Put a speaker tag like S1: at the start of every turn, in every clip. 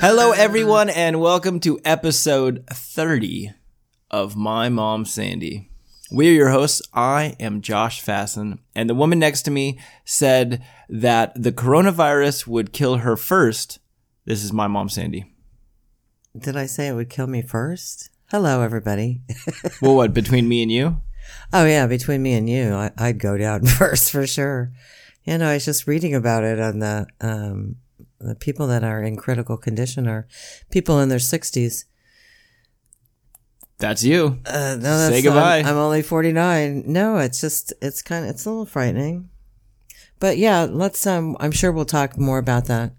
S1: Hello, everyone, and welcome to episode 30 of My Mom Sandy. We are your hosts. I am Josh Fasten, and the woman next to me said that the coronavirus would kill her first. This is my mom, Sandy.
S2: Did I say it would kill me first? Hello, everybody.
S1: Well, what between me and you?
S2: Oh, yeah, between me and you, I, I'd go down first for sure. You know, I was just reading about it on the, um, the people that are in critical condition are people in their 60s.
S1: That's you.
S2: Uh, no, that's
S1: Say goodbye.
S2: I'm, I'm only 49. No, it's just, it's kind of, it's a little frightening. But yeah, let's, um, I'm sure we'll talk more about that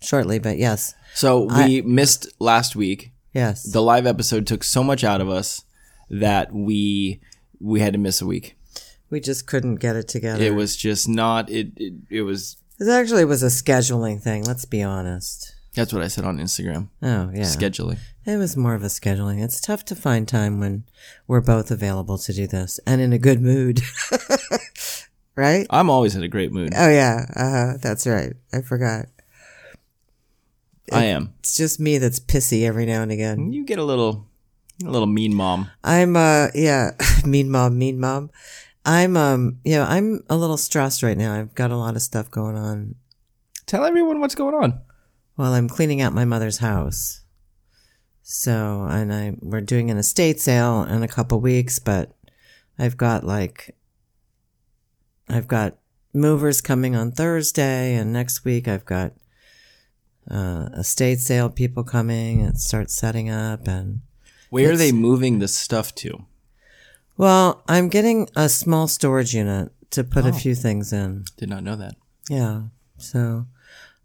S2: shortly, but yes,
S1: So we missed last week.
S2: yes.
S1: The live episode took so much out of us that we we had to miss a week.
S2: we just couldn't get it together.
S1: It was just not it it, it was
S2: This actually was a scheduling thing. Let's be honest.
S1: that's what I said on Instagram.
S2: Oh yeah,
S1: Scheduling.
S2: it was more of a scheduling. It's tough to find time when we're both available to do this and in a good mood, right?
S1: I'm always in a great mood.
S2: Oh yeah, uh-huh. that's right. I forgot.
S1: I am.
S2: It's just me that's pissy every now and again.
S1: You get a little, a little mean mom.
S2: I'm uh yeah, mean mom, mean mom. I'm um yeah, I'm a little stressed right now. I've got a lot of stuff going on.
S1: Tell everyone what's going on.
S2: Well, I'm cleaning out my mother's house. So, and I we're doing an estate sale in a couple weeks, but I've got like I've got movers coming on Thursday and next week I've got uh estate sale people coming and start setting up and
S1: Where are they moving the stuff to?
S2: well, I'm getting a small storage unit to put a few things in.
S1: Did not know that.
S2: Yeah. So,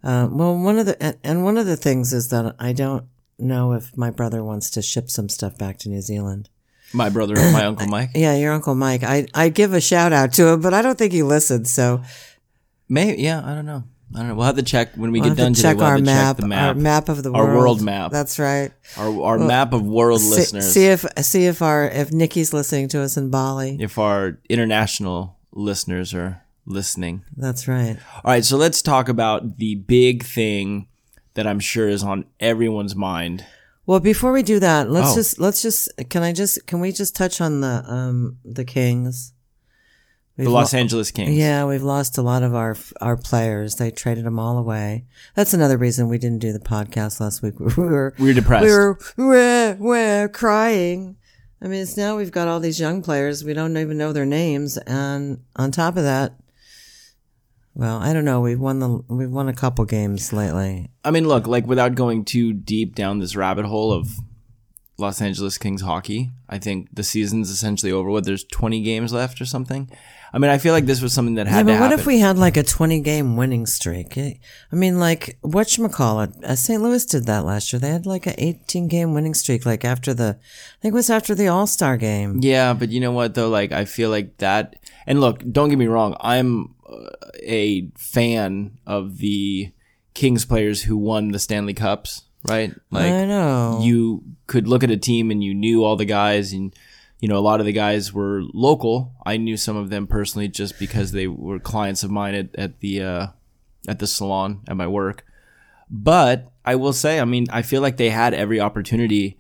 S2: uh, well, one of the and- and one of the things is that I don't know if my brother wants to ship some stuff back to New Zealand.
S1: My brother and my uncle Mike.
S2: Yeah, your uncle Mike. I I give a shout out to him, but I don't think he listens. So
S1: May yeah, I don't know. I don't know. We'll have to check when we
S2: we'll
S1: get
S2: have
S1: done
S2: to
S1: today.
S2: check
S1: We'll
S2: our
S1: have to check
S2: map,
S1: the
S2: our
S1: map,
S2: map of the
S1: Our
S2: world,
S1: world map.
S2: That's right.
S1: our, our map of world
S2: See-
S1: listeners.
S2: See if see if our if Nikki's listening to us in Bali.
S1: if our international listeners are listening.
S2: That's right.
S1: All right, so let's talk about the big thing that I'm sure is on everyone's mind.
S2: Well, before we do that, let's
S1: Oh.
S2: just let's just can I just can we just touch on the um the Kings?
S1: The
S2: We've
S1: Los Angeles Kings.
S2: Yeah, we've lost a lot of our our players. They traded them all away. That's another reason we didn't do the podcast last week. We were
S1: We were depressed.
S2: we were we're, we're crying. I mean, it's now we've got all these young players. We don't even know their names, and on top of that, well, I don't know. We've won the we've won a couple games lately.
S1: I mean, look, like without going too deep down this rabbit hole of Los Angeles Kings hockey, I think the season's essentially over. What there's 20 games left or something. I mean, I feel like this was something that
S2: Yeah,
S1: had
S2: but
S1: to
S2: what
S1: happen.
S2: if we had like a twenty game winning streak? Eh, I mean, like what call it? Uh, St. Louis did that last year. They had like an eighteen game winning streak. Like after the, I think it was after the All Star game.
S1: yeah, but you know what though? Like, I feel like that. And look, don't get me wrong. I'm uh, a fan of the Kings players who won the Stanley Cups, right? Like,
S2: I know.
S1: you could look at a team and you knew all the guys and you know a lot of the guys were local i knew some of them personally just because they were clients of mine at, at the uh, at the salon at my work but i will say i mean i feel like they had every opportunity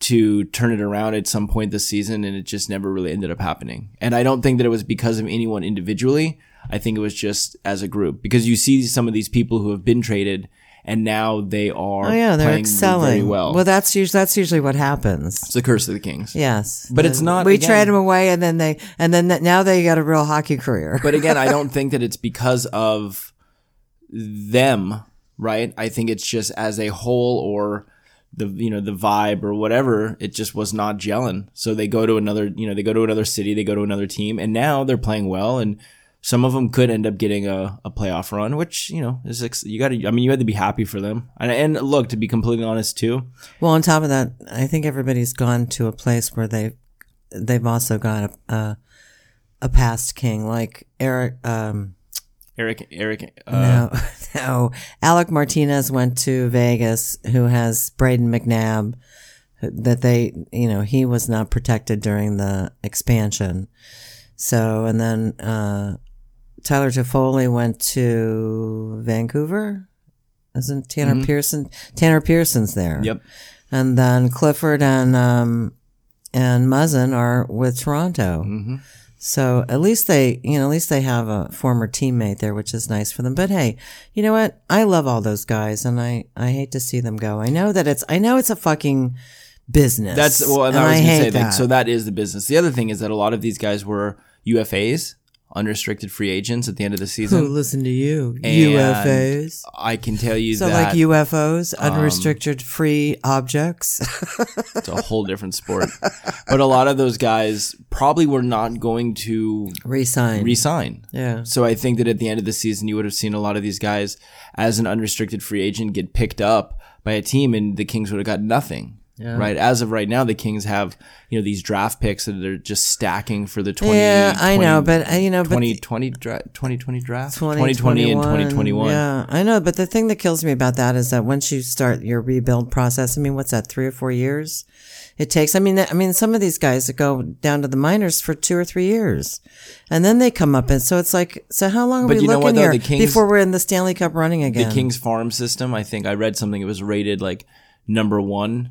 S1: to turn it around at some point this season and it just never really ended up happening and i don't think that it was because of anyone individually i think it was just as a group because you see some of these people who have been traded and now they are
S2: oh yeah, they're
S1: playing very
S2: excelling.
S1: well
S2: well, that's usually that's usually what happens.
S1: it's the curse of the Kings.
S2: Yes,
S1: But it's not-
S2: We
S1: again-
S2: trade them away, and then they, and then th- now they got a real hockey career.
S1: But again, I don't think that it's because of them, right? I think it's just as a whole or the you know the vibe or whatever it just was not gelling so they go to another you know they go to another city they go to another team and now they're playing well and some of them could end up getting a, a playoff run which you know is ex- you gotta i mean you had to be happy for them and, and look to be completely honest too
S2: Well, on top of that, I think everybody's gone to a place where they they've also got a a, a past king like Eric. Um,
S1: eric eric uh,
S2: no, no, Alec Martinez went to Vegas, who has Braden McNabb. That they, you know, he was not protected during the expansion. So, and then uh, Tyler Toffoli went to Vancouver. Isn't Tanner Pearson? Tanner Pearson's there.
S1: Yep.
S2: And then Clifford and um, and Muzzin are with Toronto. Mm-hmm. So at least they, you know, at least they have a former teammate there, which is nice for them. But hey, you know what? I love all those guys, and I I hate to see them go. I know that it's I know it's a fucking business.
S1: That's well, and I was
S2: hate
S1: gonna say that.
S2: that.
S1: so that is the business. The other thing is that a lot of these guys were UFAs, unrestricted free agents at the end of the
S2: Who
S1: season.
S2: listen to you?
S1: And
S2: UFOs.
S1: I can tell you
S2: So
S1: that um,
S2: like UFOs, unrestricted free objects.
S1: it's a whole different sport. but a lot of those guys probably were not going to
S2: Resign.
S1: resign.
S2: yeah.
S1: So I think that at the end of the season, you would have seen a lot of these guys as an unrestricted free agent get picked up by a team, and the Kings would have got nothing. Right as of right now, the Kings have you know these draft picks that they're just stacking for the twenty.
S2: Yeah, I know,
S1: 20
S2: but uh, you know, but
S1: 2020 dra- 2020 draft
S2: 2020
S1: 2020 and 2021
S2: Yeah, I know. But the thing that kills me about that is that once you start your rebuild process, I mean, what's that, three or four years it takes? I mean, that- I mean, some of these guys that go down to the minors for two or three years and then they come up. And so it's like, so how long are
S1: But
S2: we
S1: you know
S2: looking
S1: what, though?
S2: here
S1: The Kings-
S2: before we're in the Stanley Cup running again?
S1: the king's farm system i think i read something it was rated like number one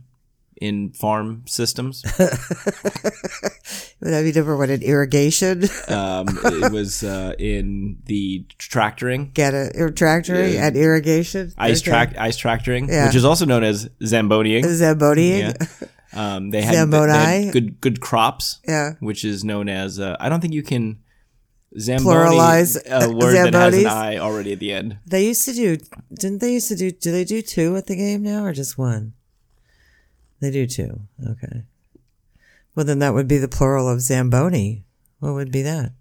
S1: in farm systems
S2: Would that be different? What, an irrigation?
S1: um, it was uh, in the tractoring
S2: Get a ir- tractor
S1: Yeah.
S2: at irrigation?
S1: ice
S2: Okay.
S1: track ice tractoring
S2: Yeah.
S1: which is also known as zamboniing
S2: Zamboni?
S1: yeah. um, they, had, they
S2: Zamboni?
S1: had good good crops
S2: Yeah.
S1: which is known as uh, i don't think you can Zamboni,
S2: Pluralize
S1: a word that has
S2: Zambonis?
S1: an i already at the end
S2: They used to do, didn't they used to do, do they do two at the game now or just one? They do two. Okay. Well, then that would be the plural of Zamboni. What would be that?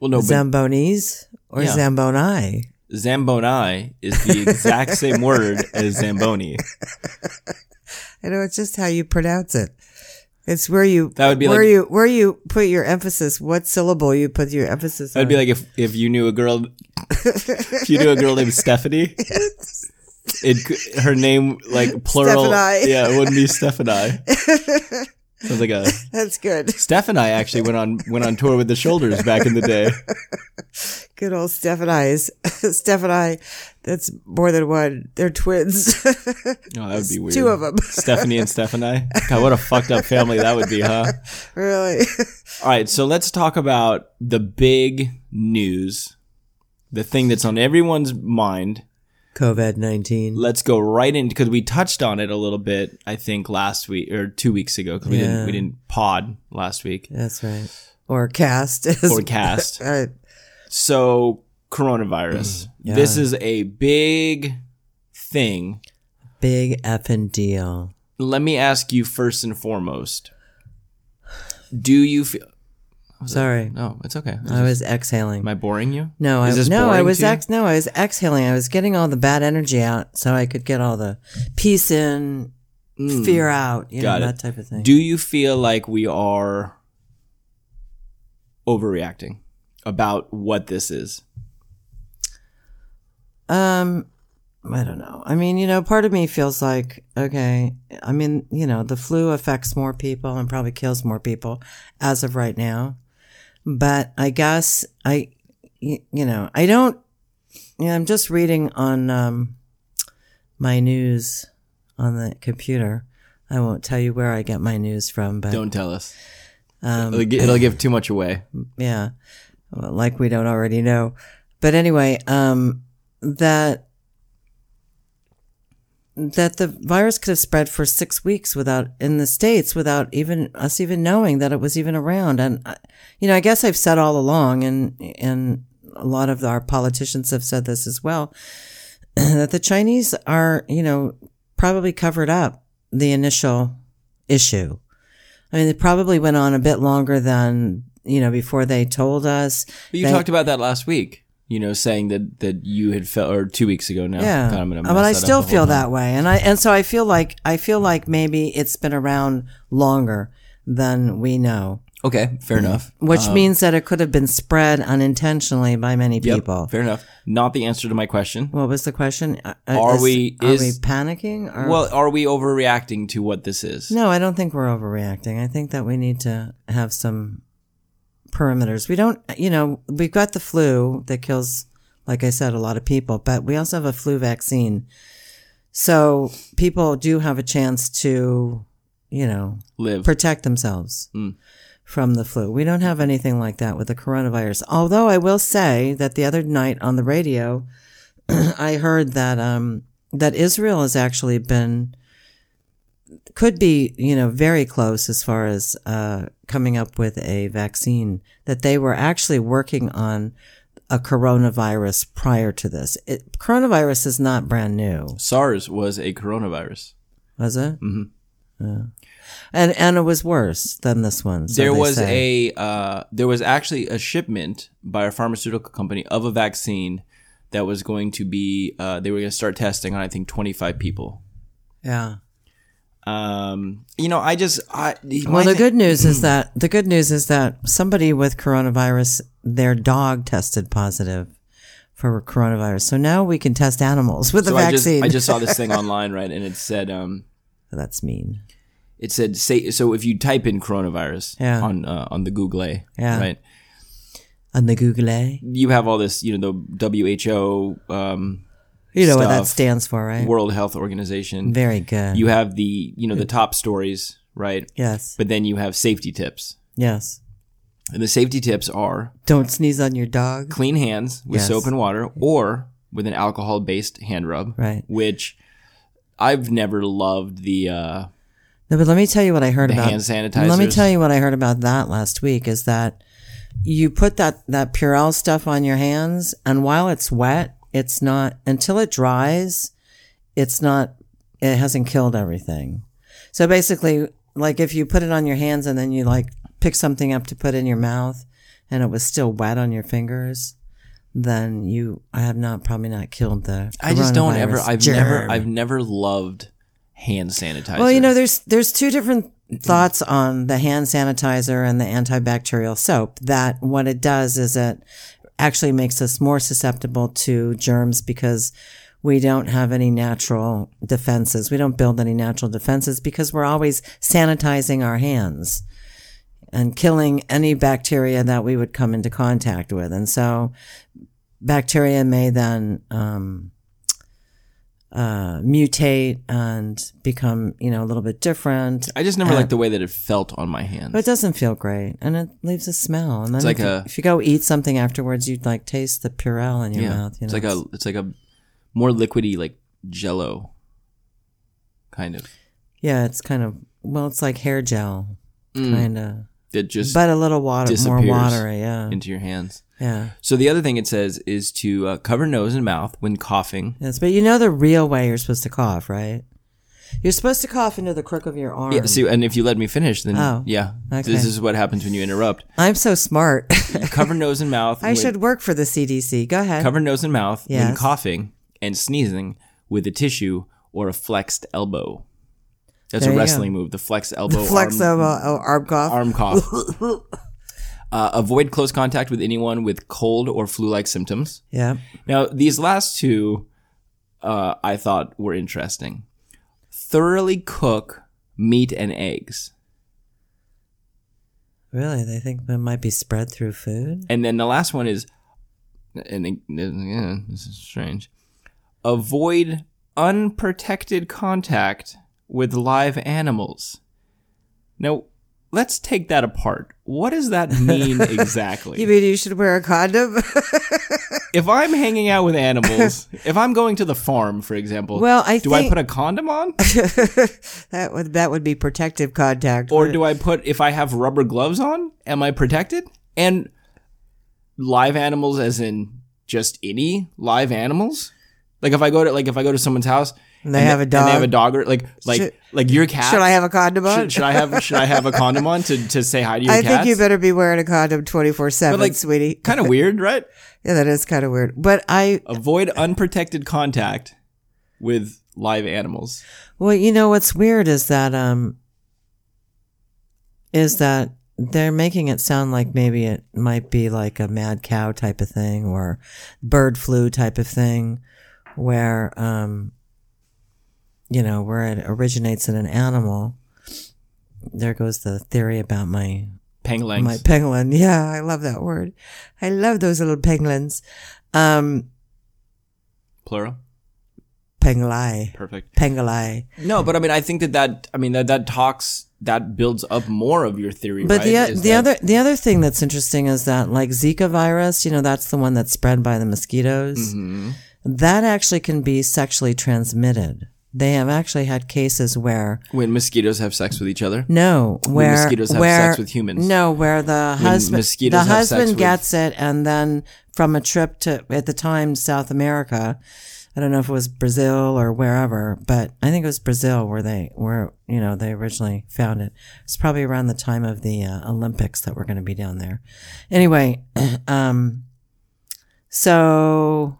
S1: well no but
S2: Zambonis or
S1: Yeah.
S2: Zamboni?
S1: Zamboni is the exact same word as Zamboni.
S2: I know it's just how you pronounce it. It's where you
S1: That would be
S2: where
S1: like-
S2: you where you put your emphasis. What syllable you put your emphasis
S1: That'd
S2: on?
S1: be like if, if you knew a girl, if you knew a girl named Stephanie, it could- her name like plural,
S2: Stephanie.
S1: yeah, it wouldn't be Stephanie. Sounds like a
S2: That's good.
S1: Stephanie actually went on went on tour with the Shoulders back in the day.
S2: Good old Steph and I's. Steph and I. That's more than one. They're twins.
S1: Oh, that would be weird.
S2: Two of them.
S1: Stephanie and Stephanie. God, what a fucked up family that would be, huh?
S2: really.
S1: All right, so let's talk about the big news, the thing that's on everyone's mind.
S2: COVID nineteen.
S1: let's go right in because we touched on it a little bit i think last week or two weeks ago because we
S2: Yeah.
S1: didn't we didn't pod last week
S2: That's right. Or cast is
S1: or cast
S2: uh,
S1: so coronavirus
S2: Yeah.
S1: this is a big thing
S2: big effing deal.
S1: let me ask you first and foremost do you feel
S2: Sorry,
S1: no it's okay Is
S2: I
S1: this-
S2: was exhaling.
S1: am i boring you
S2: Uh, no, I
S1: Is this
S2: no, I
S1: boring
S2: was
S1: to you?
S2: ex- no, I was exhaling. I was getting all the bad energy out, so I could get all the peace in, fear out, you
S1: Mm. Got
S2: know
S1: it.
S2: that type of thing.
S1: do you feel like we are overreacting about what this is
S2: Um, I don't know. I mean, you know, part of me feels like, okay, I mean, you know, the flu affects more people and probably kills more people as of right now. But I guess I, y- you know, I don't, you know, I'm just reading on, um, my news on the computer. I won't tell you where I get my news from, but
S1: don't tell us
S2: Um,
S1: it'll, gi- it'll give too much away
S2: yeah Well, like we don't already know but anyway um that that the virus could have spread for six weeks without in the states without even us even knowing that it was even around and I- you know i guess i've said all along and and a lot of our politicians have said this as well that the chinese are you know probably covered up the initial issue I mean, it probably went on a bit longer than you know before they told us.
S1: But you
S2: They-
S1: talked about that last week. You know, saying that that you had felt, or two weeks ago now.
S2: Yeah,
S1: Oh,
S2: Uh,
S1: God, I'm gonna mess
S2: but I
S1: that up
S2: still
S1: the whole
S2: feel
S1: time.
S2: that way, and I and so I feel like I feel like maybe it's been around longer than we know,
S1: Okay, fair
S2: Mm-hmm.
S1: enough.
S2: which means that it could have been spread unintentionally by many
S1: Um, Yep,
S2: people.
S1: fair enough. Not the answer to my question.
S2: What was the question? Uh, uh,
S1: Are
S2: is-
S1: we-
S2: are
S1: is-
S2: we panicking? Or,
S1: Well, are we overreacting to what this is?
S2: no, I don't think we're overreacting. I think that we need to have some perimeters. We don't, you know, we've got the flu that kills, like I said, a lot of people, but we also have a flu vaccine So people do have a chance to, you know,
S1: Live.
S2: protect themselves
S1: Mm.
S2: from the flu. We don't have anything like that with the coronavirus. Although I will say that the other night on the radio, I heard that um, that Israel has actually been could be you know very close as far as uh, coming up with a vaccine. That they were actually working on a coronavirus prior to this. It, coronavirus is not brand new.
S1: SARS was a coronavirus.
S2: Was it? Mm-hmm. And and it was worse than this one. So
S1: there
S2: they
S1: was
S2: say.
S1: a uh, there was actually a shipment by a pharmaceutical company of a vaccine that was going to be uh, they were going to start testing on I think 25 people.
S2: yeah.
S1: Um, you know, I just I my
S2: Well, the
S1: thi-
S2: good news is that the good news is that somebody with coronavirus, their dog tested positive for coronavirus. So now we can test animals with the
S1: so I just,
S2: vaccine.
S1: I just saw this thing online right and it said um
S2: That's mean.
S1: it said say so if you type in coronavirus
S2: Yeah.
S1: on uh, on the Google A,
S2: Yeah.
S1: right
S2: On the Google, eh?
S1: you have all this you know the WHO um,
S2: you know what that
S1: Stuff.
S2: stands for, right?
S1: World Health Organization
S2: Very good.
S1: you have the you know the top stories right
S2: yes.
S1: but then you have safety tips
S2: Yes.
S1: And the safety tips are
S2: Don't sneeze on your dog.
S1: clean hands with
S2: Yes.
S1: soap and water or with an alcohol based hand rub,
S2: Right.
S1: which I've never loved the uh,
S2: No, but let me tell you what I heard about
S1: hand sanitizers.
S2: Let me tell you what I heard about that last week is that you put that that Purell stuff on your hands, and while it's wet, it's not until it dries, it's not. It hasn't killed everything. So basically, like if you put it on your hands and then you like pick something up to put in your mouth, and it was still wet on your fingers. Then you, I have not probably not killed the.
S1: I just don't ever
S2: coronavirus
S1: I've
S2: germ.
S1: never I've never loved hand sanitizer.
S2: Well, you know, there's there's two different thoughts on the hand sanitizer and the antibacterial soap. That what it does is it actually makes us more susceptible to germs because we don't have any natural defenses. We don't build any natural defenses because we're always sanitizing our hands and killing any bacteria that we would come into contact with. And so bacteria may then um, uh, mutate and become, you know, a little bit different.
S1: I just never liked the way that it felt on my hands.
S2: But it doesn't feel great, and it leaves a smell. And then
S1: like
S2: if, you,
S1: a-
S2: if you go eat something afterwards, you'd like taste the Purell in your
S1: yeah.
S2: mouth. You know,
S1: it's like a it's like a more liquidy like jello kind of.
S2: yeah, it's kind of well, it's like hair gel, kind of,
S1: That just
S2: but a little water, more
S1: Mm. disappears
S2: watery. Yeah,
S1: into your hands.
S2: yeah.
S1: So the other thing it says is to uh, cover nose and mouth when coughing.
S2: Yes, but you know the real way you're supposed to cough, right? You're supposed to cough into the crook of your arm.
S1: Yeah, see, and if you let me finish, then
S2: Oh,
S1: yeah,
S2: okay.
S1: this is what happens when you interrupt.
S2: I'm so smart.
S1: Cover nose and mouth.
S2: I
S1: with-
S2: should work for the CDC. Go ahead.
S1: cover nose and mouth when
S2: Yes.
S1: coughing and sneezing with a tissue or a flexed elbow. That's
S2: There
S1: a
S2: you go.
S1: wrestling move. The flex elbow.
S2: Flex
S1: arm,
S2: of uh, oh, arm cough.
S1: arm cough. Uh, avoid close contact with anyone with cold or flu-like symptoms.
S2: Yeah.
S1: Now, these last two uh, I thought were interesting. Thoroughly cook meat and eggs.
S2: Really, they think it might be spread through food.
S1: And then the last one is, and it- yeah, this is strange. Avoid unprotected contact with live animals. Now, let's take that apart. What does that mean
S2: You
S1: exactly?
S2: mean you should wear a condom?
S1: if I'm hanging out with animals, if I'm going to the farm, for example,
S2: Well, I
S1: do I
S2: think-
S1: put a condom on?
S2: that would that would be protective contact.
S1: or do I put if I have rubber gloves on? Am I protected? And live animals, as in just any live animals. Like if I go to like if I go to someone's house
S2: And they have a
S1: and they have a
S2: dog.
S1: dog or like like
S2: Should-
S1: like your cat.
S2: should I have a condom on?
S1: Should, should I have should I have a condom on to, to say hi to your
S2: I
S1: cats?
S2: think you better be wearing a condom twenty four seven,
S1: like,
S2: sweetie.
S1: Kind of weird, right?
S2: Yeah, that is kind of weird. But I
S1: Avoid unprotected contact with live animals.
S2: Well, you know what's weird is that um is that they're making it sound like maybe it might be like a mad cow type of thing or bird flu type of thing where um you know, where it originates in an animal. There goes the theory about my
S1: Pangolins.
S2: my penguin. Yeah, I love that word. I love those little penguins. Um
S1: plural.
S2: Pengalai.
S1: Perfect.
S2: Pengalai.
S1: No, but I mean, I think that that I mean that that talks that builds up more of your theory.
S2: But
S1: right?
S2: the the
S1: Is that-
S2: other the other thing that's interesting is that like Zika virus, you know, that's the one that's spread by the mosquitoes.
S1: Mm-hmm.
S2: That actually can be sexually transmitted. They have actually had cases where
S1: when mosquitoes have sex with each other.
S2: no, where
S1: mosquitoes have
S2: where,
S1: sex with humans.
S2: No, where the husband
S1: mosquitoes
S2: the
S1: have sex
S2: husband
S1: with-
S2: gets it, and then from a trip to at the time South America, I don't know if it was Brazil or wherever, but I think it was Brazil where they where you know they originally found it. It's probably around the time of the uh, Olympics that we're going to be down there. Anyway, um, so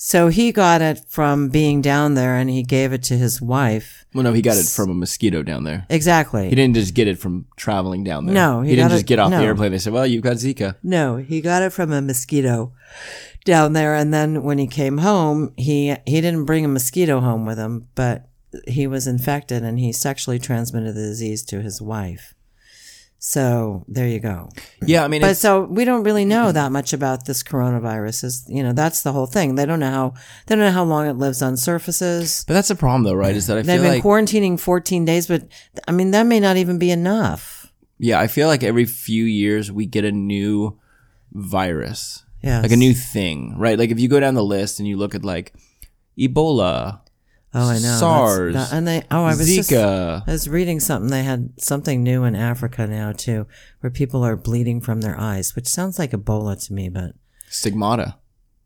S2: so he got it from being down there, and he gave it to his wife.
S1: Well, no, he got it from a mosquito down there.
S2: Exactly.
S1: He didn't just get it from traveling down there.
S2: No,
S1: he,
S2: he
S1: didn't
S2: got
S1: just
S2: it-
S1: get off
S2: no.
S1: the airplane. They said, "Well, you've got Zika."
S2: No, he got it from a mosquito down there, and then when he came home, he he didn't bring a mosquito home with him, but he was infected, and he sexually transmitted the disease to his wife. So there you go.
S1: Yeah, I mean,
S2: But
S1: it's, Mm-hmm.
S2: so we don't really know that much about this coronavirus. Is you know that's the whole thing. They don't know how they don't know how long it lives on surfaces.
S1: but that's the problem, though, right? Is that I
S2: They've
S1: feel
S2: been
S1: like
S2: quarantining 14 days, but I mean that may not even be enough.
S1: yeah, I feel like every few years we get a new virus,
S2: Yeah,
S1: like a new thing, right? Like if you go down the list and you look at like Ebola,
S2: oh I know That's-
S1: SARS,
S2: that- and they oh I was just-
S1: Zika.
S2: I was reading something. They had something new in Africa now too, where people are bleeding from their eyes, which sounds like Ebola to me, but
S1: Stigmata.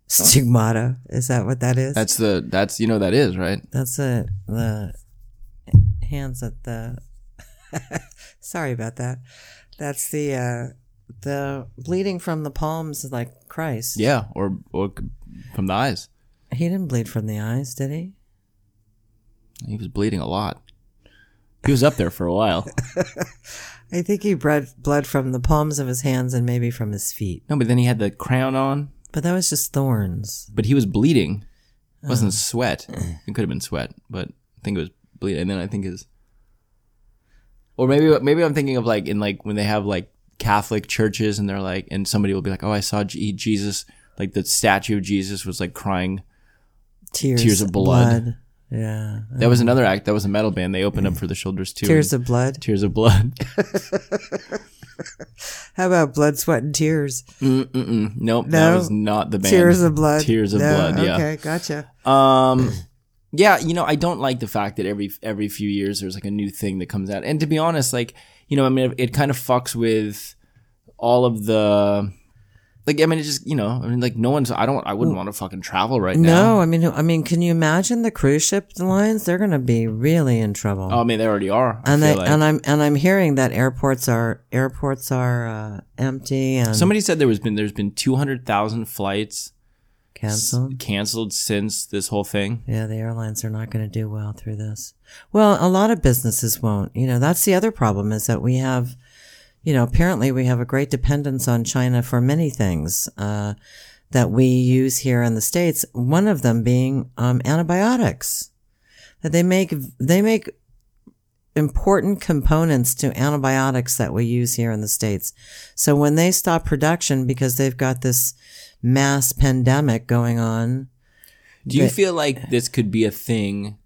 S2: stigmata is that what that is?
S1: That's the that's you know that is right.
S2: That's the the hands at the. Sorry about that. That's the uh, the bleeding from the palms, is like Christ.
S1: Yeah, or or c- from the eyes.
S2: He didn't bleed from the eyes, did he?
S1: He was bleeding a lot. He was up there for a while.
S2: I think he bled blood from the palms of his hands and maybe from his feet,
S1: No, but then he had the crown on,
S2: but that was just thorns.
S1: but he was bleeding. It wasn't
S2: Uh.
S1: sweat. It could have been sweat, but I think it was bleeding. And then I think his, or maybe maybe I'm thinking of like in like when they have like Catholic churches and they're like, and somebody will be like, oh, I saw G- Jesus, like the statue of Jesus was like crying.
S2: Tears,
S1: Tears of blood.
S2: blood. Yeah.
S1: That was another act. That was a metal band. They opened up for the Shoulders too.
S2: Mm. Tears
S1: and
S2: of blood.
S1: Tears of blood.
S2: How about blood, sweat, and tears?
S1: Mm-mm-mm. Nope, that
S2: No?
S1: was not the band.
S2: Tears of blood.
S1: Tears of
S2: No,
S1: blood. Yeah.
S2: Okay, gotcha.
S1: Um, yeah, you know, I don't like the fact that every every few years there's like a new thing that comes out. And to be honest, like you know, I mean, it, kind of fucks with all of the. Like I mean, it just you know, I mean, like no one's. I don't. I wouldn't want to fucking travel right now.
S2: No, I mean, I mean, can you imagine the cruise ship lines? They're going to be really in trouble.
S1: Oh, I mean, they already are. I
S2: and
S1: feel
S2: they,
S1: like.
S2: and I'm and I'm hearing that airports are airports are uh, empty and
S1: somebody said there was been there's been two hundred thousand flights
S2: canceled.
S1: canceled since this whole thing.
S2: Yeah, the airlines are not going to do well through this. Well, a lot of businesses won't. You know, that's the other problem is that we have, you know, apparently we have a great dependence on China for many things uh, that we use here in the states. One of them being um, antibiotics. That they make they make important components to antibiotics that we use here in the States. So when they stop production because they've got this mass pandemic going on,
S1: Do you
S2: But-
S1: feel like this could be a thing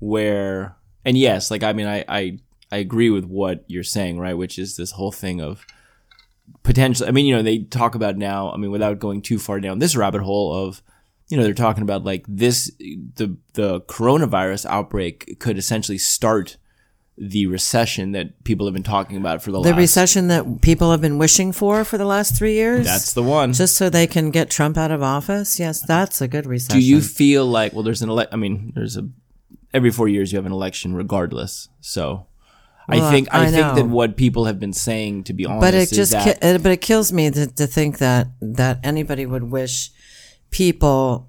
S1: where and yes, like I mean I, I I agree with what you're saying, right? Which is this whole thing of potential I mean, you know, they talk about now, I mean, without going too far down this rabbit hole of you know, they're talking about like this the the coronavirus outbreak could essentially start the recession that people have been talking about for the,
S2: The
S1: last
S2: recession that people have been wishing for for the last three years?
S1: that's the one.
S2: just so they can get Trump out of office? Yes, that's a good recession.
S1: Do you feel like well there's an elect I mean, there's a every four years you have an election regardless. So I
S2: Well,
S1: think I,
S2: I
S1: think that
S2: know.
S1: what people have been saying to be honest
S2: but
S1: is
S2: it just
S1: that
S2: ki- it, but it kills me to, to think that that anybody would wish people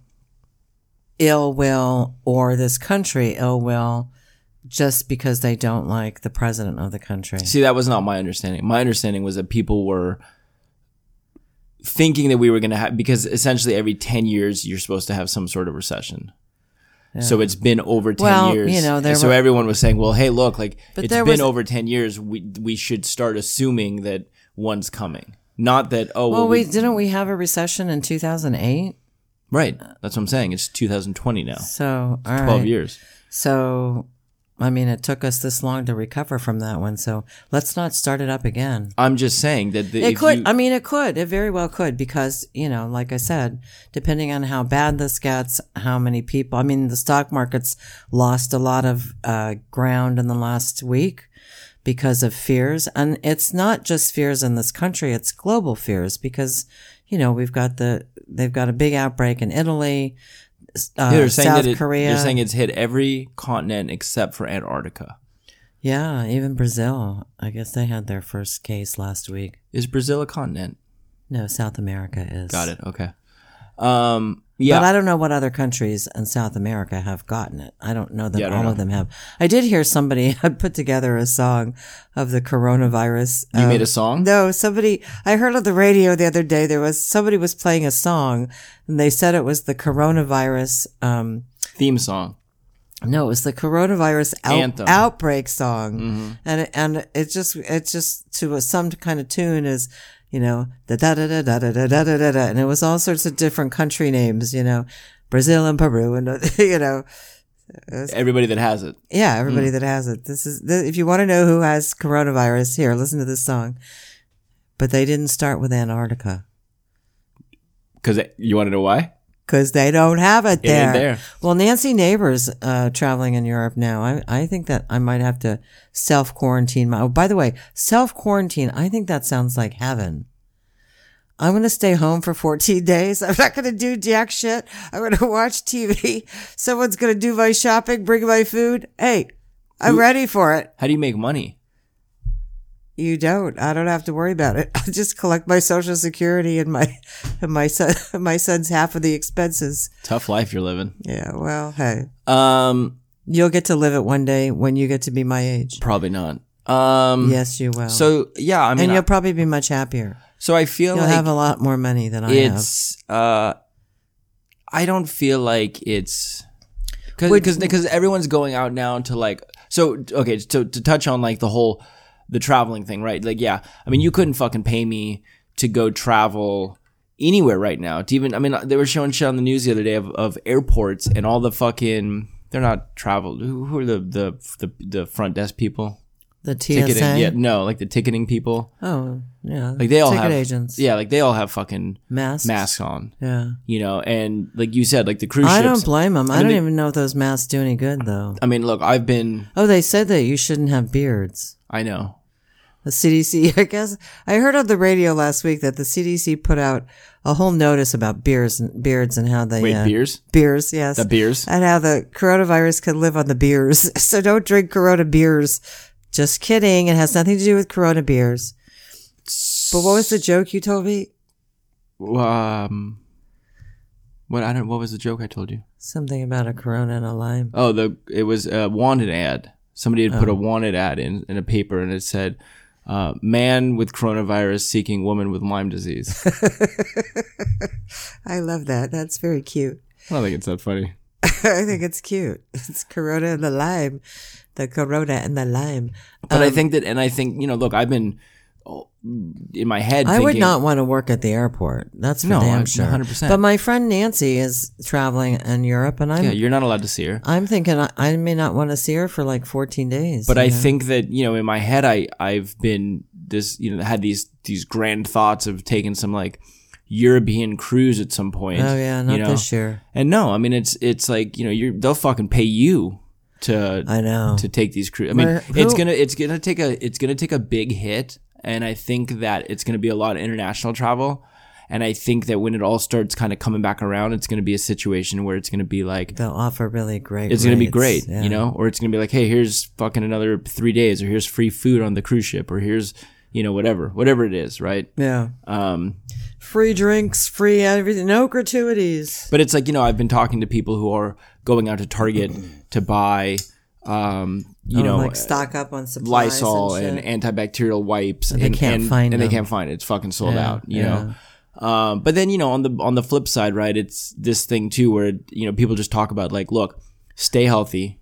S2: ill will or this country ill will just because they don't like the president of the country.
S1: see that was not my understanding. My understanding was that people were thinking that we were going to have because essentially every 10 years you're supposed to have some sort of recession. So it's been over 10
S2: Well,
S1: years.
S2: you know, there
S1: And so
S2: were-
S1: everyone was saying, "Well, hey, look, like
S2: But
S1: it's
S2: there
S1: been
S2: was-
S1: over 10 years. We we should start assuming that one's coming." Not that oh well,
S2: Well,
S1: we
S2: we didn't we have a recession in 2008?
S1: Right. That's what I'm saying. It's 2020 now.
S2: So, all right.
S1: 12 years.
S2: So, I mean, it took us this long to recover from that one. So let's not start it up again.
S1: I'm just saying that the,
S2: It
S1: if
S2: could.
S1: you-
S2: I mean, it could. It very well could because, you know, like I said, depending on how bad this gets, how many people, I mean, the stock market's lost a lot of uh, ground in the last week because of fears. And it's not just fears in this country, it's global fears because, you know, we've got the, they've got a big outbreak in Italy, s- uh,
S1: they're saying
S2: South
S1: that it,
S2: Korea.
S1: they're saying it's hit every continent except for Antarctica.
S2: Yeah, even Brazil. I guess they had their first case last week.
S1: Is Brazil a continent?
S2: No, South America is.
S1: Got it. Okay. Um, yeah.
S2: But I don't know what other countries in South America have gotten it. I don't know that
S1: Yeah, I don't
S2: all
S1: know.
S2: of them have. I did hear somebody had put together a song of the coronavirus.
S1: you
S2: um,
S1: made a song?
S2: No, somebody I heard on the radio the other day there was somebody was playing a song and they said it was the coronavirus um
S1: Theme song.
S2: No, it was the coronavirus out,
S1: Anthem.
S2: outbreak song, and and it just it just to a, some kind of tune is, you know, da da da da da da da da da da, da, and it was all sorts of different country names, you know, Brazil and Peru, and you know,
S1: Everybody that has it.
S2: yeah, everybody that has it. This is th if you want to know who has coronavirus, here, listen to this song. But they didn't start with Antarctica
S1: Because you want to know why?
S2: because they don't have it
S1: It
S2: there.
S1: ain't there.
S2: Well, Nancy Neighbors uh, traveling in Europe now. I, I think that I might have to self quarantine. My, oh, by the way, self quarantine. I think that sounds like heaven. I'm going to stay home for 14 days. I'm not going to do jack shit. I'm going to watch TV. Someone's going to do my shopping, bring my food. Hey, I'm ready for it.
S1: How do you make money?
S2: You don't. I don't have to worry about it. I just collect my social security and my and my son my son's half of the expenses.
S1: Tough life you're living.
S2: Yeah. Well, hey.
S1: Um,
S2: You'll get to live it one day when you get to be my age.
S1: probably not. Um,
S2: Yes, you will.
S1: Mm-hmm. So yeah, I mean,
S2: and
S1: I-
S2: you'll probably be much happier.
S1: so I feel
S2: You'll
S1: like
S2: have a lot more money than I have.
S1: it's uh i don't feel like it's
S2: Would-
S1: because because everyone's going out now to like so okay to, to touch on like the whole the traveling thing right like yeah i mean you couldn't fucking pay me to go travel anywhere right now to even i mean they were showing shit on the news the other day of, of airports and all the fucking they're not travel who who are the the the, the front desk people
S2: The
S1: ticketing
S2: TSA.
S1: yeah no like the ticketing people
S2: Oh, yeah.
S1: like they all have
S2: ticket agents.
S1: yeah like they all have fucking
S2: Masks.
S1: masks on
S2: Yeah.
S1: you know, and like you said, like the cruise
S2: I
S1: ships.
S2: don't blame them. I, don't
S1: they-
S2: even know if those masks do any good though.
S1: I mean, look, I've been,
S2: Oh, they said that you shouldn't have beards.
S1: I know,
S2: The CDC, I guess I heard on the radio last week that the CDC put out a whole notice about beards and beards and how they
S1: wait,
S2: uh,
S1: beers,
S2: beers, yes,
S1: the beers.
S2: and how the coronavirus can live on the beers. So don't drink Corona beers. Just kidding. It has nothing to do with Corona beers. But what was the joke you told me?
S1: Um, what I don't, what was the joke I told you?
S2: Something about a Corona and a lime.
S1: Oh, the it was a wanted ad. Somebody had put
S2: Oh.
S1: a wanted ad in in a paper, and it said, uh, "Man with coronavirus seeking woman with Lyme disease." I
S2: I love that. That's very cute.
S1: don't think it's that funny.
S2: I think it's cute. It's Corona and the lime. The Corona and the lime.
S1: But
S2: Um,
S1: I think that, and I think you know, look, I've been oh, in my head.
S2: I
S1: thinking,
S2: would not want to work at the airport. That's for
S1: No,
S2: damn
S1: I-
S2: sure.
S1: 100%.
S2: But my friend Nancy is traveling in Europe, and I'm
S1: Yeah, you're not allowed to see her.
S2: I'm thinking I, I may not want to see her for like 14 days.
S1: But
S2: you
S1: I
S2: know?
S1: think that you know, in my head, I I've been this you know had these these grand thoughts of taking some like European cruise at some point.
S2: oh yeah, not
S1: you know?
S2: this year.
S1: And no, I mean it's it's like you know you're they'll fucking pay you to
S2: I know.
S1: to take these cruise. I mean
S2: Where-
S1: it's
S2: who-
S1: gonna it's gonna take a it's gonna take a big hit, and I think that it's gonna be a lot of international travel. And I think that when it all starts kind of coming back around, it's going to be a situation where it's going to be like
S2: They'll offer really great.
S1: it's going to be
S2: rates,
S1: great,
S2: yeah.
S1: you know, or it's going to be like, hey, here's fucking another three days, or here's free food on the cruise ship, or here's, you know, whatever, whatever it is, right?
S2: Yeah.
S1: Um,
S2: Free drinks, free everything, no gratuities.
S1: but it's like, you know, I've been talking to people who are going out to Target to buy, um, you know,
S2: Oh, like stock up on supplies.
S1: Lysol
S2: and,
S1: and,
S2: shit. Oh,
S1: antibacterial wipes, and
S2: they can't
S1: and,
S2: find
S1: and they
S2: them.
S1: can't find it. It's fucking sold out, you know. Um, but then you know on the on the flip side, right? It's this thing too where you know people just talk about like, look, stay healthy,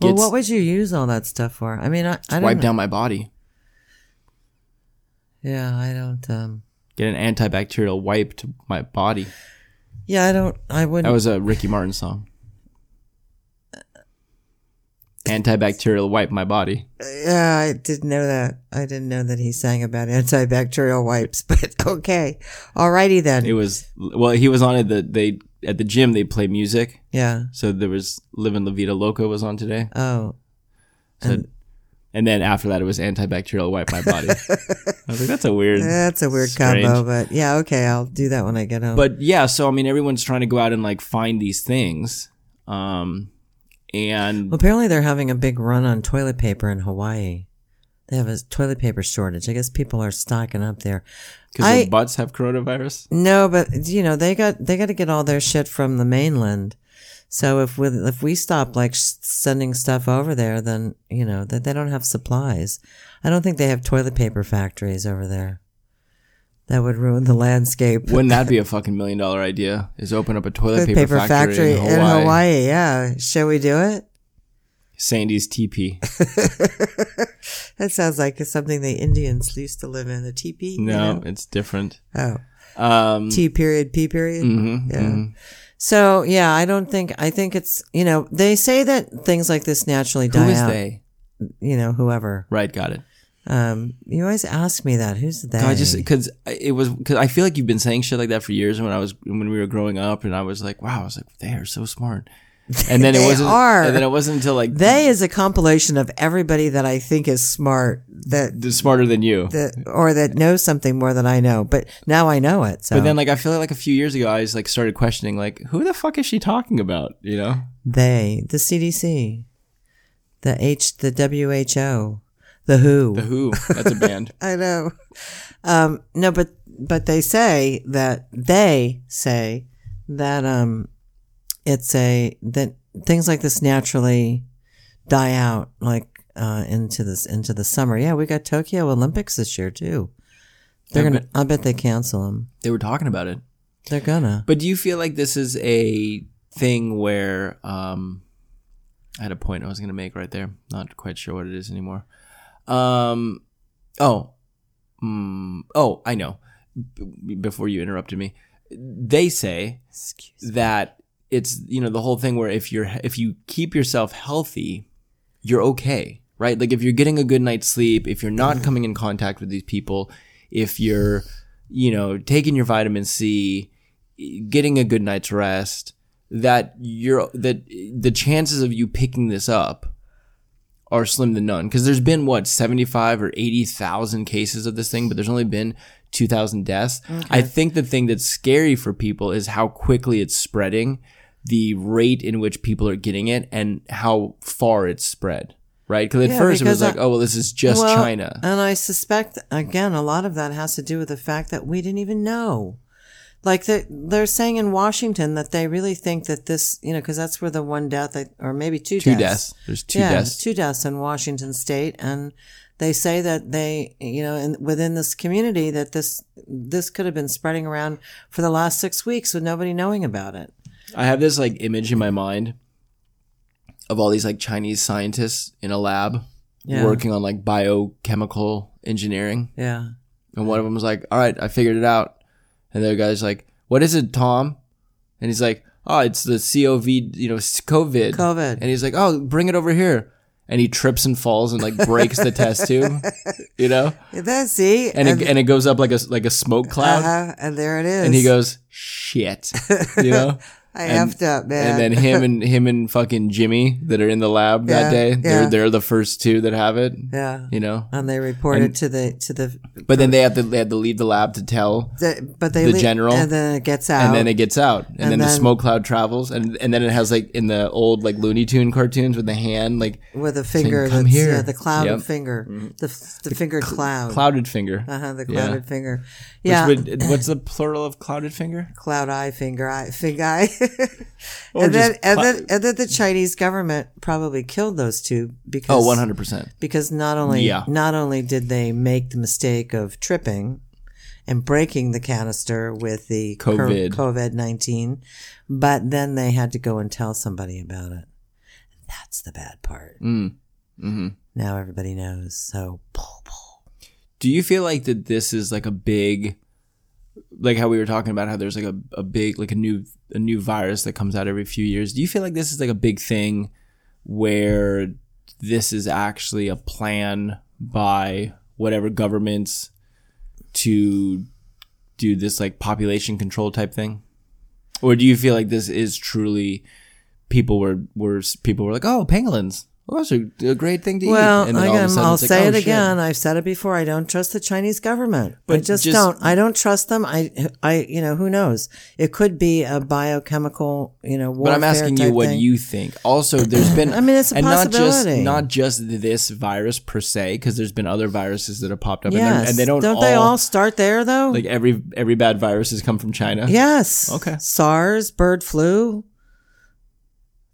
S2: well,
S1: gets-
S2: what would you use all that stuff for? I mean, I, I
S1: wipe
S2: don't.
S1: down my body.
S2: Yeah, I don't. Um,
S1: get an antibacterial wipe to my body.
S2: Yeah, I don't. I wouldn't.
S1: That was a Ricky Martin song. Antibacterial wipe my body.
S2: Yeah, I didn't know that. I didn't know that he sang about antibacterial wipes, but okay. Alrighty then.
S1: It was well, he was on it. The, they at the gym they play music,
S2: yeah.
S1: so there was "Living La Vida Loca" was on today,
S2: Oh,
S1: so, and, then after that it was "Antibacterial wipe my body." I was like, that's a weird.
S2: that's a weird
S1: Strange.
S2: combo, but yeah, okay. I'll do that when I get home.
S1: But yeah, so I mean, everyone's trying to go out and like find these things, um, and
S2: Well, apparently they're having a big run on toilet paper in Hawaii. They have a toilet paper shortage. I guess people are stocking up there.
S1: because their
S2: I-
S1: butts have coronavirus.
S2: No, but you know they got they got to get all their shit from the mainland. So if we if we stop like s- sending stuff over there, then you know that they don't have supplies. I don't think they have toilet paper factories over there. That would ruin the landscape.
S1: Wouldn't that be a fucking million dollar idea? Is open up a toilet
S2: Toilet
S1: paper, factory, in, Hawaii.
S2: Hawaii. Yeah, shall we do it?
S1: Sandy's teepee.
S2: That sounds like something the Indians used to live in a teepee. you
S1: No,
S2: know?
S1: it's different.
S2: Oh.
S1: Um,
S2: T period, P period.
S1: mhm,
S2: Yeah.
S1: mhm.
S2: So yeah, I don't think I think it's you know they say that things like this naturally
S1: Who
S2: die
S1: is
S2: out.
S1: they?
S2: You know, whoever.
S1: Right, got it.
S2: Um, you always ask me that. Who's they?
S1: God, I just because it was because I feel like you've been saying shit like that for years. When I was when we were growing up, and I was like, wow, I was like, they are so smart. And then it
S2: They
S1: wasn't.
S2: are.
S1: And then it wasn't until like
S2: they is a compilation of everybody that I think is smart that
S1: they're smarter than you.
S2: that or that knows something more than I know. But now I know it. So
S1: but then like I feel like a few years ago, I was like started questioning like, who the fuck is she talking about? You know,
S2: they, the CDC, the H, the WHO, the
S1: the Who. That's a band.
S2: I know. Um, no, but but they say that they say that um, it's a that things like this naturally die out like uh, into this into the summer. Yeah, we got Tokyo Olympics this year too. They're
S1: Yeah,
S2: gonna. I bet they cancel them.
S1: they were talking about it.
S2: They're gonna.
S1: But do you feel like this is a thing where um, I had a point I was going to make right there. Not quite sure what it is anymore. Um, oh, mm, oh, I know. B- before you interrupted me, they say
S2: Excuse.
S1: that it's you know the whole thing where if you're if you keep yourself healthy, you're okay, right? Like if you're getting a good night's sleep, if you're not coming in contact with these people, if you're you know taking your vitamin C, getting a good night's rest, that you're that the chances of you picking this up are slim to none because there's been what 75 or 80,000 cases of this thing but there's only been 2,000 deaths. I think the thing that's scary for people is how quickly it's spreading, the rate in which people are getting it and how far it's spread, right? Cuz at
S2: Yeah,
S1: first it was
S2: because I-
S1: like, oh well this is just
S2: Well,
S1: China.
S2: And I suspect again a lot of that has to do with the fact that we didn't even know. Like they they're saying in Washington that they really think that this, you know, because that's where the one death, I- or maybe two,
S1: two deaths. There's two
S2: yeah,
S1: deaths.
S2: two deaths in Washington State, and they say that they, you know, in, within this community that this this could have been spreading around for the last six weeks with nobody knowing about it.
S1: I have this like image in my mind of all these like Chinese scientists in a lab
S2: Yeah.
S1: working on like biochemical engineering.
S2: Yeah,
S1: And one of them was like, All right, I figured it out. And the other guy's like, What is it, Tom? And he's like, Oh, it's the COVID, you know, s- COVID.
S2: COVID.
S1: And he's like, Oh, bring it over here. And he trips and falls and like breaks the test tube, you know,
S2: that's see,
S1: and it, and it goes up like a s- like a smoke cloud,
S2: uh-huh, and there it is.
S1: and he goes shit, you know.
S2: I
S1: and-
S2: effed up,
S1: and
S2: man.
S1: then him and him and fucking Jimmy that are in the lab that
S2: Yeah,
S1: day.
S2: yeah.
S1: They're they're the first two that have it.
S2: yeah.
S1: You know,
S2: and they reported to the to the,
S1: but then they have to they had to leave the lab to tell,
S2: the but they
S1: The
S2: lea-
S1: general.
S2: and then it gets out
S1: and then it gets out, and,
S2: And
S1: then, the
S2: then-
S1: smoke cloud travels, and and then it has like in the old like Looney Tune cartoons with the hand like
S2: with a finger
S1: "Come
S2: that's
S1: here."
S2: yeah the cloud
S1: Yep.
S2: finger
S1: Mm-hmm.
S2: the f- the, finger cloud
S1: clouded finger.
S2: uh-huh, the
S1: Yeah.
S2: clouded finger yeah
S1: Which would, what's the plural of clouded finger?
S2: cloud eye finger eye finger eye
S1: Or
S2: and then
S1: just
S2: and
S1: clou-
S2: then and then the Chinese government probably killed those two because
S1: Oh, one hundred percent.
S2: because not only
S1: Yeah.
S2: not only did they make the mistake of tripping and breaking the canister with the
S1: COVID.
S2: COVID nineteen, but then they had to go and tell somebody about it. That's the bad part.
S1: Mm. hmm
S2: Now everybody knows. So
S1: Do you feel like that this is like a big like how we were talking about how there's like a, a big like a new a new virus that comes out every few years do you feel like this is like a big thing where this is actually a plan by whatever governments to do this like population control type thing or do you feel like this is truly people were were people were like oh pangolins well, that's a, a great thing to
S2: Well,
S1: eat and then
S2: I
S1: all of a sudden
S2: will
S1: it's like,
S2: say
S1: oh,
S2: it
S1: shit.
S2: again. I've said it before. I don't trust the Chinese government. I
S1: But
S2: just,
S1: just-
S2: don't. I don't trust them. I, I, you know, who knows? It could be a biochemical, you know,
S1: But
S2: warfare
S1: I'm asking you
S2: type
S1: what
S2: thing.
S1: you think. Also, there's been
S2: I mean, it's a
S1: and not just
S2: possibility.
S1: not just this virus per se, because there's been other viruses that have popped up, and they're-
S2: Yes.
S1: and, they don't, all,
S2: they all start there though?
S1: like every every bad virus has come from China.
S2: yes.
S1: Okay.
S2: SARS, bird flu.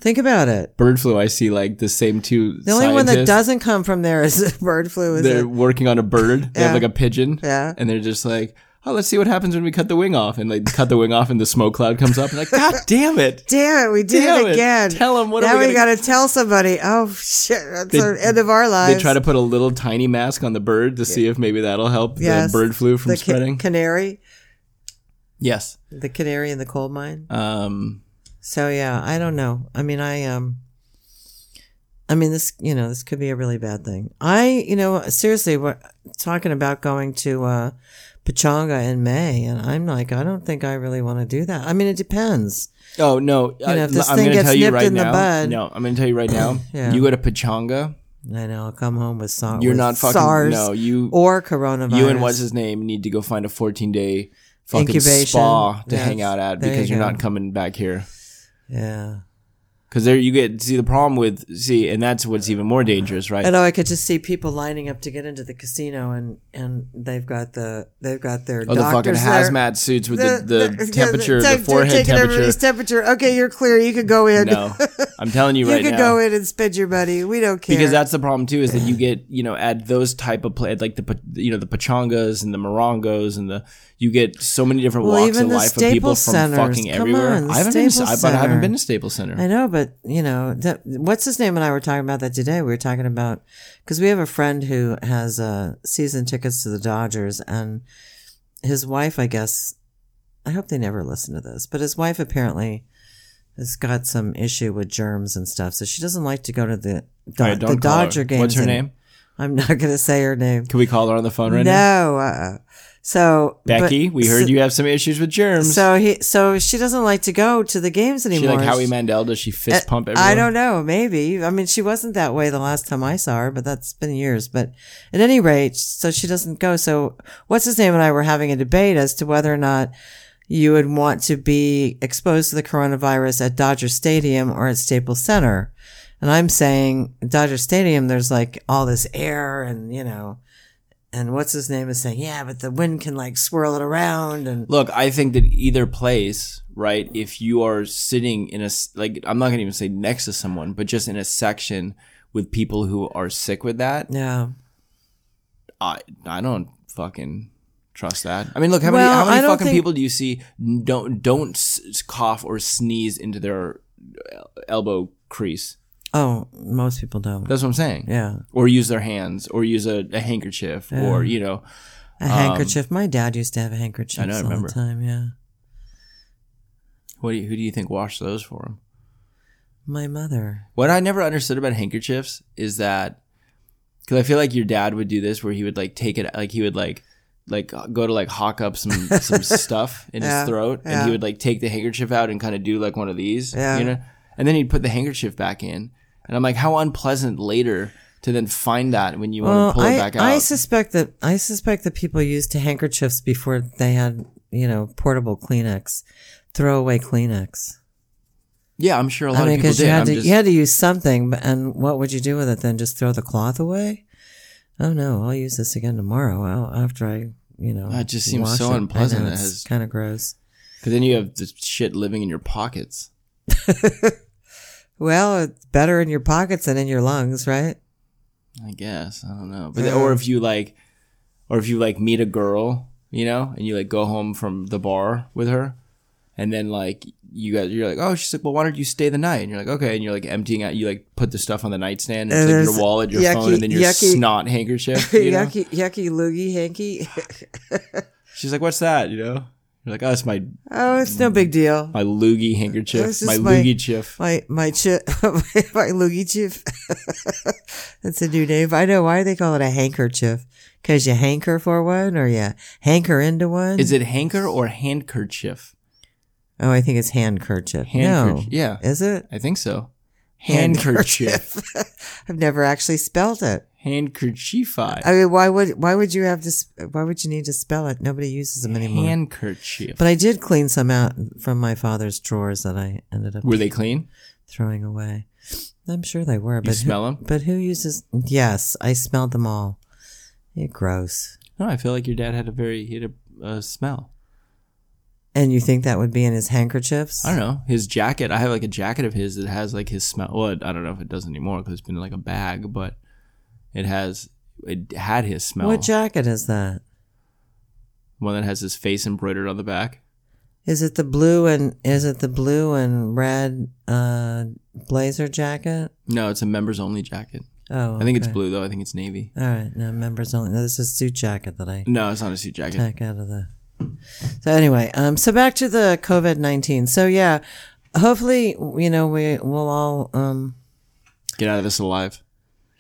S2: Think about it.
S1: Bird flu, I see like the same two.
S2: The only one that
S1: scientists.
S2: doesn't come from there is bird flu. Is
S1: They're
S2: it?
S1: working on a bird. They
S2: Yeah.
S1: have like a pigeon.
S2: Yeah.
S1: And they're just like, oh, let's see what happens when we cut the wing off, and they cut the wing off, and the smoke cloud comes up, and like, god damn it.
S2: Damn it, we did
S1: Damn
S2: it
S1: it.
S2: again.
S1: Tell 'em what are
S2: now
S1: we
S2: we
S1: gonna-
S2: got to tell somebody. Oh shit, that's
S1: They-
S2: the end of our lives.
S1: They try to put a little tiny mask on the bird to see if maybe that'll help
S2: Yes.
S1: the bird flu from
S2: the ca-
S1: spreading.
S2: canary,
S1: yes.
S2: the canary in the coal mine.
S1: Um,
S2: So yeah, I don't know. I mean, I um, I mean this, you know, this could be a really bad thing. I, you know, seriously, we're talking about going to uh, Pachanga in May, and I'm like, I don't think I really want to do that. I mean, it depends.
S1: Oh no! I,
S2: know, if this
S1: I'm
S2: thing
S1: going to
S2: gets
S1: tell you
S2: nipped
S1: right
S2: in the
S1: now.
S2: bud-
S1: No, I'm going to tell you right now.
S2: Yeah.
S1: You go to Pachanga,
S2: And I'll come home with SARS.
S1: you're not fucking.
S2: SARS
S1: no, you
S2: or coronavirus.
S1: you and what's his name need to go find a 14 day fucking
S2: Incubation.
S1: spa to
S2: Yes.
S1: hang out at
S2: There
S1: because
S2: you
S1: you are
S2: go.
S1: not coming back here.
S2: yeah.
S1: Because there you get see the problem with see, and that's what's even more dangerous, right?
S2: I know oh, I could just see people lining up to get into the casino, and and they've got the they've got their
S1: Oh, the fucking
S2: doctors there.
S1: hazmat suits with the, the,
S2: yeah,
S1: temperature, the,
S2: temp-
S1: forehead
S2: taking
S1: temperature.
S2: everybody's temperature. Okay, you're clear. You could go in.
S1: No, I'm telling you
S2: you
S1: right
S2: could
S1: now.
S2: go in and spend your money. We don't care.
S1: because that's the problem too is that you get you know at those type of play like the pa- you know the pachangas and the morongos and the you get so many different
S2: Well,
S1: walks
S2: even
S1: of
S2: the
S1: life of people
S2: Staples
S1: from
S2: Centers.
S1: fucking
S2: Come
S1: everywhere.
S2: on, the
S1: I haven't been to,
S2: Staples
S1: but I haven't
S2: Center.
S1: been to Staples Center.
S2: I know, but you know, that, what's his name and I were talking about that today. We were talking about because we have a friend who has uh, season tickets to the Dodgers, and his wife, I guess, I hope they never listen to this, but his wife apparently has got some issue with germs and stuff, so she doesn't like to go to the Do-
S1: All right,
S2: the
S1: don't call her.
S2: Dodger games.
S1: What's her
S2: any-
S1: name?
S2: I'm not going to say her name.
S1: Can we call her on the phone right now?
S2: no, uh, so but-
S1: Becky, we heard you have some issues with germs.
S2: So he, so she doesn't like to go to the games
S1: she
S2: anymore.
S1: like Howie Mandel? Does she fist pump everyone?
S2: Uh, I don't know. Maybe. I mean, she wasn't that way the last time I saw her, but that's been years. But at any rate, so she doesn't go. So what's his name and I were having a debate as to whether or not you would want to be exposed to the coronavirus at Dodger Stadium or at Staples Center. And I'm saying Dodger Stadium, there's like all this air and, you know, and what's his name is saying, yeah, but the wind can like swirl it around and
S1: Look, I think that either place, right? If you are sitting in a s- like, I'm not gonna even say next to someone, but just in a section with people who are sick with that,
S2: yeah.
S1: I I don't fucking trust that. I mean, look how
S2: Well,
S1: many how
S2: I
S1: many
S2: don't
S1: fucking
S2: think-
S1: people do you see don't don't s- cough or sneeze into their el- elbow crease?
S2: Oh, most people don't.
S1: That's what I'm saying.
S2: Yeah.
S1: Or use their hands, or use a, a handkerchief, or you know,
S2: A handkerchief. My dad used to have handkerchiefs
S1: know, Um, I
S2: all
S1: remember.
S2: the time. Yeah,
S1: what do you, who do you think washed those for them?
S2: my mother.
S1: What I never understood about handkerchiefs is that because I feel like your dad would do this, where he would like take it, like he would like like go to like hawk up some some stuff in
S2: Yeah,
S1: his throat, and
S2: yeah.
S1: he would like take the handkerchief out and kind of do like one of these,
S2: Yeah.
S1: you know, and then he'd put the handkerchief back in, and I'm like, how unpleasant later to then find that when you
S2: Well,
S1: want to pull
S2: I,
S1: it back out.
S2: I suspect that I suspect that people used to handkerchiefs before they had you know portable Kleenex, throwaway Kleenex.
S1: yeah, I'm sure a lot
S2: I mean,
S1: of people
S2: because you
S1: did.
S2: had
S1: I'm
S2: to
S1: just,
S2: you had to use something, but, and what would you do with it then? Just throw the cloth away? Oh no, I'll use this again tomorrow. I'll, after I you know.
S1: That just seems
S2: wash
S1: so
S2: it. I
S1: unpleasant.
S2: know,
S1: It
S2: It's
S1: has-
S2: kind of gross.
S1: Because then you have the shit living in your pockets.
S2: Well, it's better in your pockets than in your lungs, right?
S1: I guess I don't know, but or if you like, or if you like meet a girl, you know, and you like go home from the bar with her, and then like you guys, you're like, oh, she's like, well, why don't you stay the night? And you're like, okay, and you're like emptying out, you like put the stuff on the nightstand, and
S2: And
S1: it's like
S2: there's
S1: your wallet, your phone,
S2: yucky-
S1: and then your
S2: yucky-
S1: snot handkerchief. You know?
S2: yucky, yucky, loogie, hanky.
S1: She's like, what's that? You know, You're like, oh, it's my
S2: Oh, it's no big deal.
S1: my loogie handkerchief,
S2: This is
S1: my,
S2: my-
S1: loogie chiff.
S2: My my chip, my loogie chip. That's a new name. I know why they call it a handkerchief. Cause you hanker for one, or you hanker into one.
S1: Is it hanker or handkerchief?
S2: Oh, I think it's handkerchief.
S1: Handkerchief.
S2: No,
S1: Yeah,
S2: is it
S1: I think so. Handkerchief.
S2: I've never actually spelled it.
S1: Handkerchiefy.
S2: I mean, why would why would you have to? sp- Why would you need to spell it? Nobody uses them anymore.
S1: Handkerchief.
S2: but I did clean some out from my father's drawers that I ended up
S1: Were they clean?
S2: throwing away. I'm sure they were,
S1: You
S2: but who,
S1: smell them?
S2: but who uses? Yes, I smelled them all. You're gross.
S1: No, I feel like your dad had a very he had a uh, smell.
S2: And you think that would be in his handkerchiefs?
S1: I don't know his jacket. I have like a jacket of his that has like his smell. Well, I don't know if it does anymore because it's been in, like a bag, but it has it had his smell.
S2: What jacket is that?
S1: One that has his face embroidered on the back.
S2: Is it the blue and is it the blue and red uh, blazer jacket?
S1: No, it's a members only jacket.
S2: Oh,
S1: I think it's
S2: okay.
S1: blue Mm, though. I think it's navy.
S2: All right, no members only. No, this is suit jacket that I
S1: No, it's not a suit jacket.
S2: tack out of the. So anyway, um, so back to the COVID nineteen. So yeah, hopefully you know we will all um,
S1: Get out of this alive.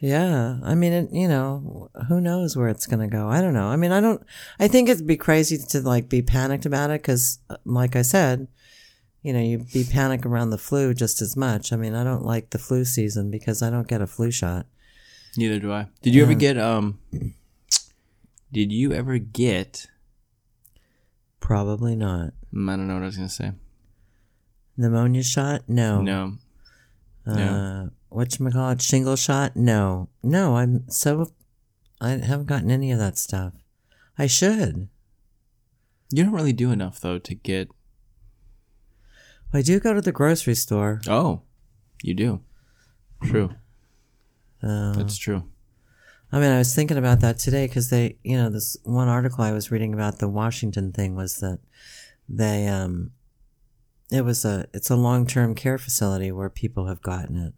S2: yeah. I mean, it, you know, who knows where it's gonna go? I don't know. I mean, I don't. I think it'd be crazy to like be panicked about it because, like I said, you know, you'd be panic around the flu just as much. I mean, I don't like the flu season because I don't get a flu shot.
S1: Neither do I. Did you ever get um? Did you ever get?
S2: Probably not.
S1: mm, I don't know what I was gonna say.
S2: Pneumonia shot? No.
S1: No,
S2: Uh,
S1: Yeah.
S2: whatchamacallit, shingle shot? No. No, I'm so, I haven't gotten any of that stuff. I should.
S1: you don't really do enough though to get.
S2: I do go to the grocery store.
S1: Oh, you do. True.
S2: Uh,
S1: That's true.
S2: I mean, I was thinking about that today because they, you know, this one article I was reading about the Washington thing was that they, um, it was a, it's a long term care facility where people have gotten it,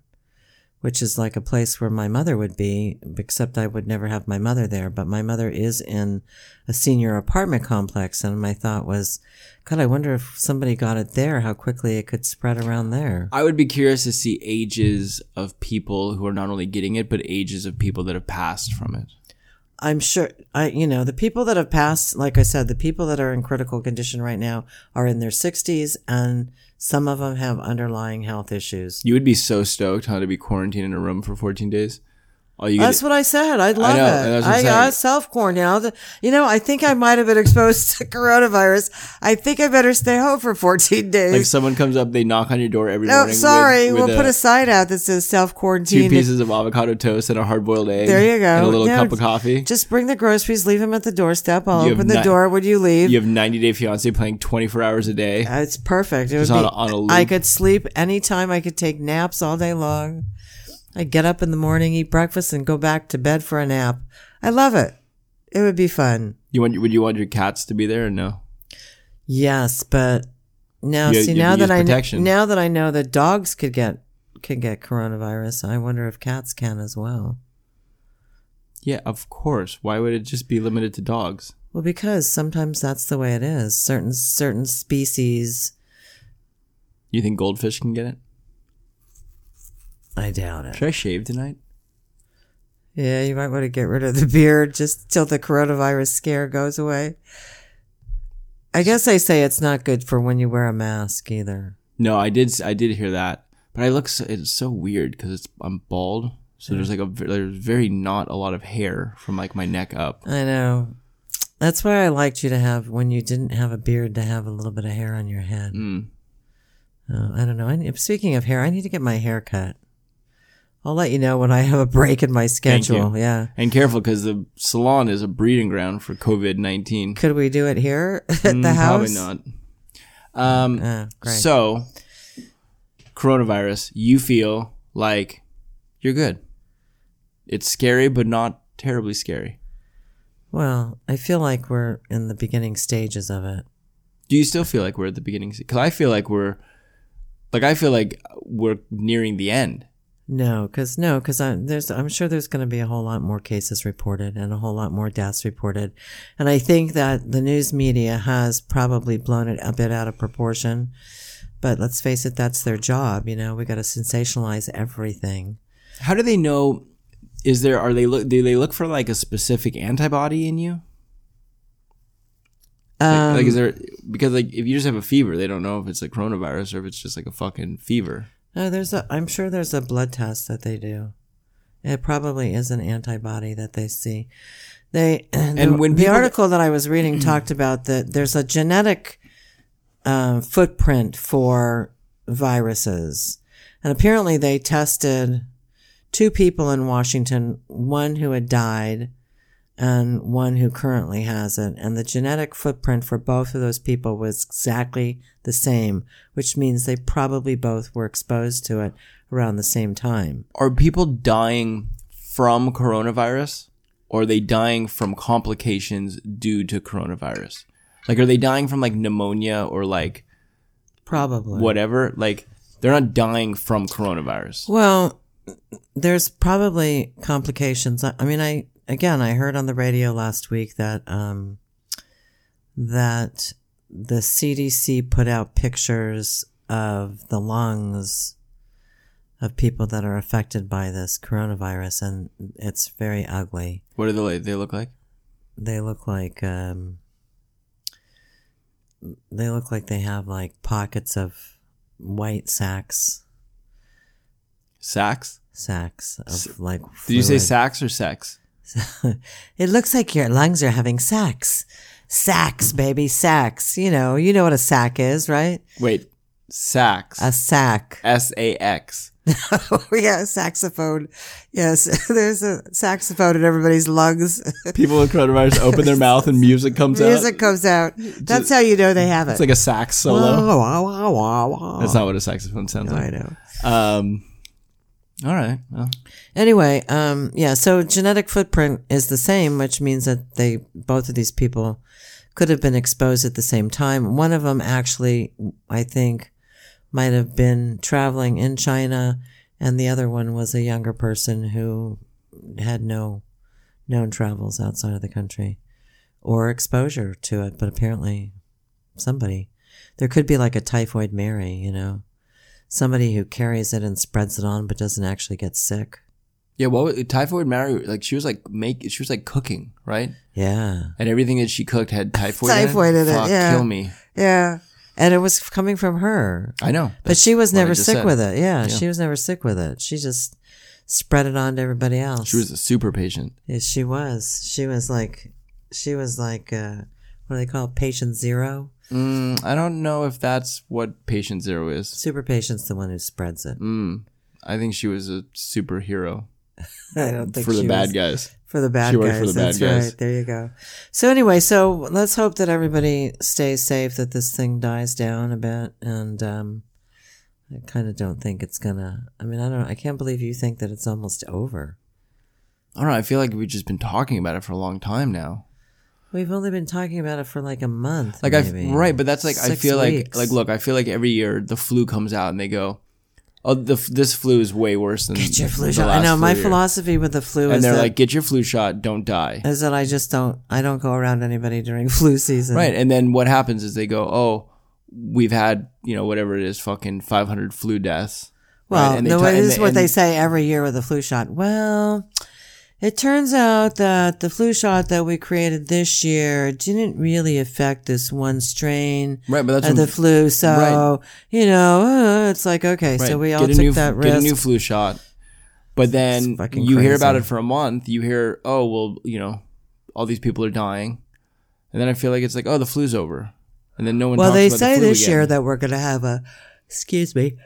S2: which is like a place where my mother would be, except I would never have my mother there. But my mother is in a senior apartment complex. And my thought was, God, I wonder if somebody got it there, how quickly it could spread around there.
S1: I would be curious to see ages of people who are not only getting it, but ages of people that have passed from it.
S2: I'm sure I you know the people that have passed like I said the people that are in critical condition right now are in their 60s and some of them have underlying health issues.
S1: You would be so stoked how to be quarantined in a room for 14 days. All you get
S2: That's what I said. I love
S1: know, and
S2: it.
S1: that's what I'm
S2: I got
S1: saying.
S2: self quarantined. You know, I think I might have been exposed to coronavirus. I think I better stay home for 14
S1: like
S2: days.
S1: someone comes up, they knock on your door every
S2: no,
S1: morning. with-
S2: sorry.
S1: with
S2: we'll put a sign out that says self
S1: two
S2: quarantine.
S1: pieces of avocado toast and a hard boiled egg.
S2: There you go.
S1: And a little
S2: No,
S1: cup of coffee.
S2: Just bring the groceries, leave them at the doorstep. I'll
S1: You have
S2: open the
S1: none.
S2: door when you leave.
S1: You have 90 Day Fiance playing 24 hours a day.
S2: Uh, It's perfect. It would
S1: on
S2: be,
S1: a- on a loop.
S2: I could sleep anytime. I could take naps all day long. I get up in the morning, eat breakfast, and go back to bed for a nap. I love it. It would be fun.
S1: You want? Would you want your cats to be there or no?
S2: Yes, but now
S1: You-
S2: see
S1: you
S2: now
S1: use
S2: that I
S1: protection.
S2: kn- now that I know that dogs could get can get coronavirus, I wonder if cats can as well.
S1: Yeah, of course. Why would it just be limited to dogs?
S2: Well, because sometimes that's the way it is. Certain certain species,
S1: You think goldfish can get it?
S2: I doubt it.
S1: Should I shave tonight?
S2: Yeah, you might want to get rid of the beard just till the coronavirus scare goes away. I guess I say it's not good for when you wear a mask either.
S1: No, I did. I did hear that, but I look. So, it's so weird because it's I'm bald, so there's like a ve- there's very not a lot of hair from like my neck up.
S2: I know. That's why I liked you to have when you didn't have a beard to have a little bit of hair on your head.
S1: Mm.
S2: Uh, I don't know. I need, speaking of hair, I need to get my hair cut. I'll let you know when I have a break in my
S1: Thank you.
S2: schedule. Yeah.
S1: And careful because the salon is a breeding ground for COVID nineteen. Mm,
S2: Could we do it here at the
S1: Hmm, Probably
S2: house?
S1: not. Um,
S2: Oh, great.
S1: So, coronavirus, you feel like you're good. It's scary, but not terribly scary.
S2: well, I feel like we're in the beginning stages of it.
S1: Do you still feel like we're at the beginning? Because I feel like we're, like I feel like we're nearing the end.
S2: No, because no, because there's I'm sure there's going to be a whole lot more cases reported and a whole lot more deaths reported, and I think that the news media has probably blown it a bit out of proportion. But let's face it, that's their job. You know, we got to sensationalize everything.
S1: How do they know? Is there are they look do they look for like a specific antibody in you? Like,
S2: Um,
S1: like is there because like if you just have a fever, they don't know if it's a coronavirus or if it's just like a fucking fever.
S2: no, there's a. I'm sure there's a blood test that they do. It probably is an antibody that they see. They and the,
S1: when
S2: the
S1: people-
S2: article that I was reading talked about that there's a genetic uh, footprint for viruses, and apparently they tested two people in Washington, one who had died and one who currently has it. And the genetic footprint for both of those people was exactly the same, which means they probably both were exposed to it around the same time.
S1: Are people dying from coronavirus or are they dying from complications due to coronavirus? Like are they dying from like pneumonia or like
S2: Probably.
S1: whatever? Like they're not dying from coronavirus.
S2: Well, there's probably complications. I I mean, I again, I heard on the radio last week that um, that the CDC put out pictures of the lungs of people that are affected by this coronavirus, and it's very ugly.
S1: What do they they look like?
S2: They look like um, they look like they have like pockets of white sacks,
S1: Sacks?
S2: sacks of like.
S1: Did you say
S2: fluid.
S1: sacks or sex?
S2: it looks like your lungs are having sacks. Sacks, baby, sacks. You know, you know what a sack is, right?
S1: Wait, sacks.
S2: A sack.
S1: S A X.
S2: yeah, saxophone. Yes, there's a saxophone in everybody's lungs.
S1: People with coronavirus open their mouth and music comes
S2: Music
S1: out.
S2: comes out. That's how you know they have it. Oh,
S1: It's like a sax solo.
S2: Wah, wah, wah, wah, wah.
S1: That's not what a saxophone sounds
S2: I
S1: like.
S2: know.
S1: Um, all right. Well,
S2: Anyway, um, yeah, so genetic footprint is the same, which means that they both of these people could have been exposed at the same time. One of them actually, I think, might have been traveling in China, and the other one was a younger person who had no known travels outside of the country or exposure to it, but apparently somebody. There could be like a typhoid Mary, you know, somebody who carries it and spreads it on but doesn't actually get sick.
S1: yeah. What was, typhoid Mary? Like she was like make. She was like cooking, right?
S2: Yeah.
S1: And everything that she cooked had typhoid.
S2: Typhoid
S1: in it.
S2: in it,
S1: Fuck,
S2: yeah.
S1: Kill me.
S2: Yeah. And it was coming from her.
S1: I know.
S2: But she was
S1: what I
S2: never
S1: just
S2: sick
S1: said.
S2: with it. Yeah, She was never sick with it. She just spread it on to everybody else.
S1: She was a super patient.
S2: Yeah, she was. She was like, she was like, uh, what do they call it? Patient zero?
S1: Mm, I don't know if that's what patient zero is.
S2: Super patient's the one who spreads it.
S1: Mm, I think she was a superhero
S2: I don't think
S1: for the
S2: she
S1: bad
S2: was-
S1: guys.
S2: For the bad
S1: She worked
S2: guys.
S1: for the bad
S2: That's
S1: guys.
S2: right. There you go. So anyway, so let's hope that everybody stays safe, that this thing dies down a bit. And um, I kind of don't think it's gonna. I mean, I don't. I can't believe you think that it's almost over.
S1: I don't know. I feel like we've just been talking about it for a long time now.
S2: We've only been talking about it for like a month.
S1: Like
S2: maybe.
S1: I right, but that's like I
S2: Six
S1: feel
S2: weeks.
S1: like like look, I feel like every year the flu comes out and they go, "Oh, the, f- this flu is way worse than
S2: Get your flu
S1: the
S2: shot. I
S1: last
S2: know
S1: flu
S2: my
S1: year."
S2: philosophy with the flu
S1: And
S2: is
S1: they're
S2: that,
S1: like, "Get your flu shot, don't die."
S2: is that I just don't. I don't go around anybody during flu season.
S1: Right, and then what happens is they go, "Oh, we've had you know whatever it is, fucking five hundred flu deaths."
S2: Well,
S1: Right, and they
S2: no,
S1: ti-
S2: it
S1: and
S2: is
S1: they-
S2: what they
S1: and-
S2: say every year with the flu shot. Well, it turns out that the flu shot that we created this year didn't really affect this one strain
S1: Right, but that's
S2: of
S1: when-
S2: the flu. So, you know, uh, it's like, okay,
S1: Right,
S2: so we all
S1: get a
S2: took
S1: new,
S2: that
S1: Get a
S2: risk.
S1: new flu shot, but then you
S2: It's fucking
S1: hear about it
S2: crazy.
S1: for a month. You hear, "Oh, well, you know, all these people are dying," and then I feel like it's like, "Oh, the flu's over," and then no one.
S2: well,
S1: talks
S2: they
S1: about the
S2: say
S1: flu
S2: this
S1: again.
S2: year that we're going to have a, excuse me,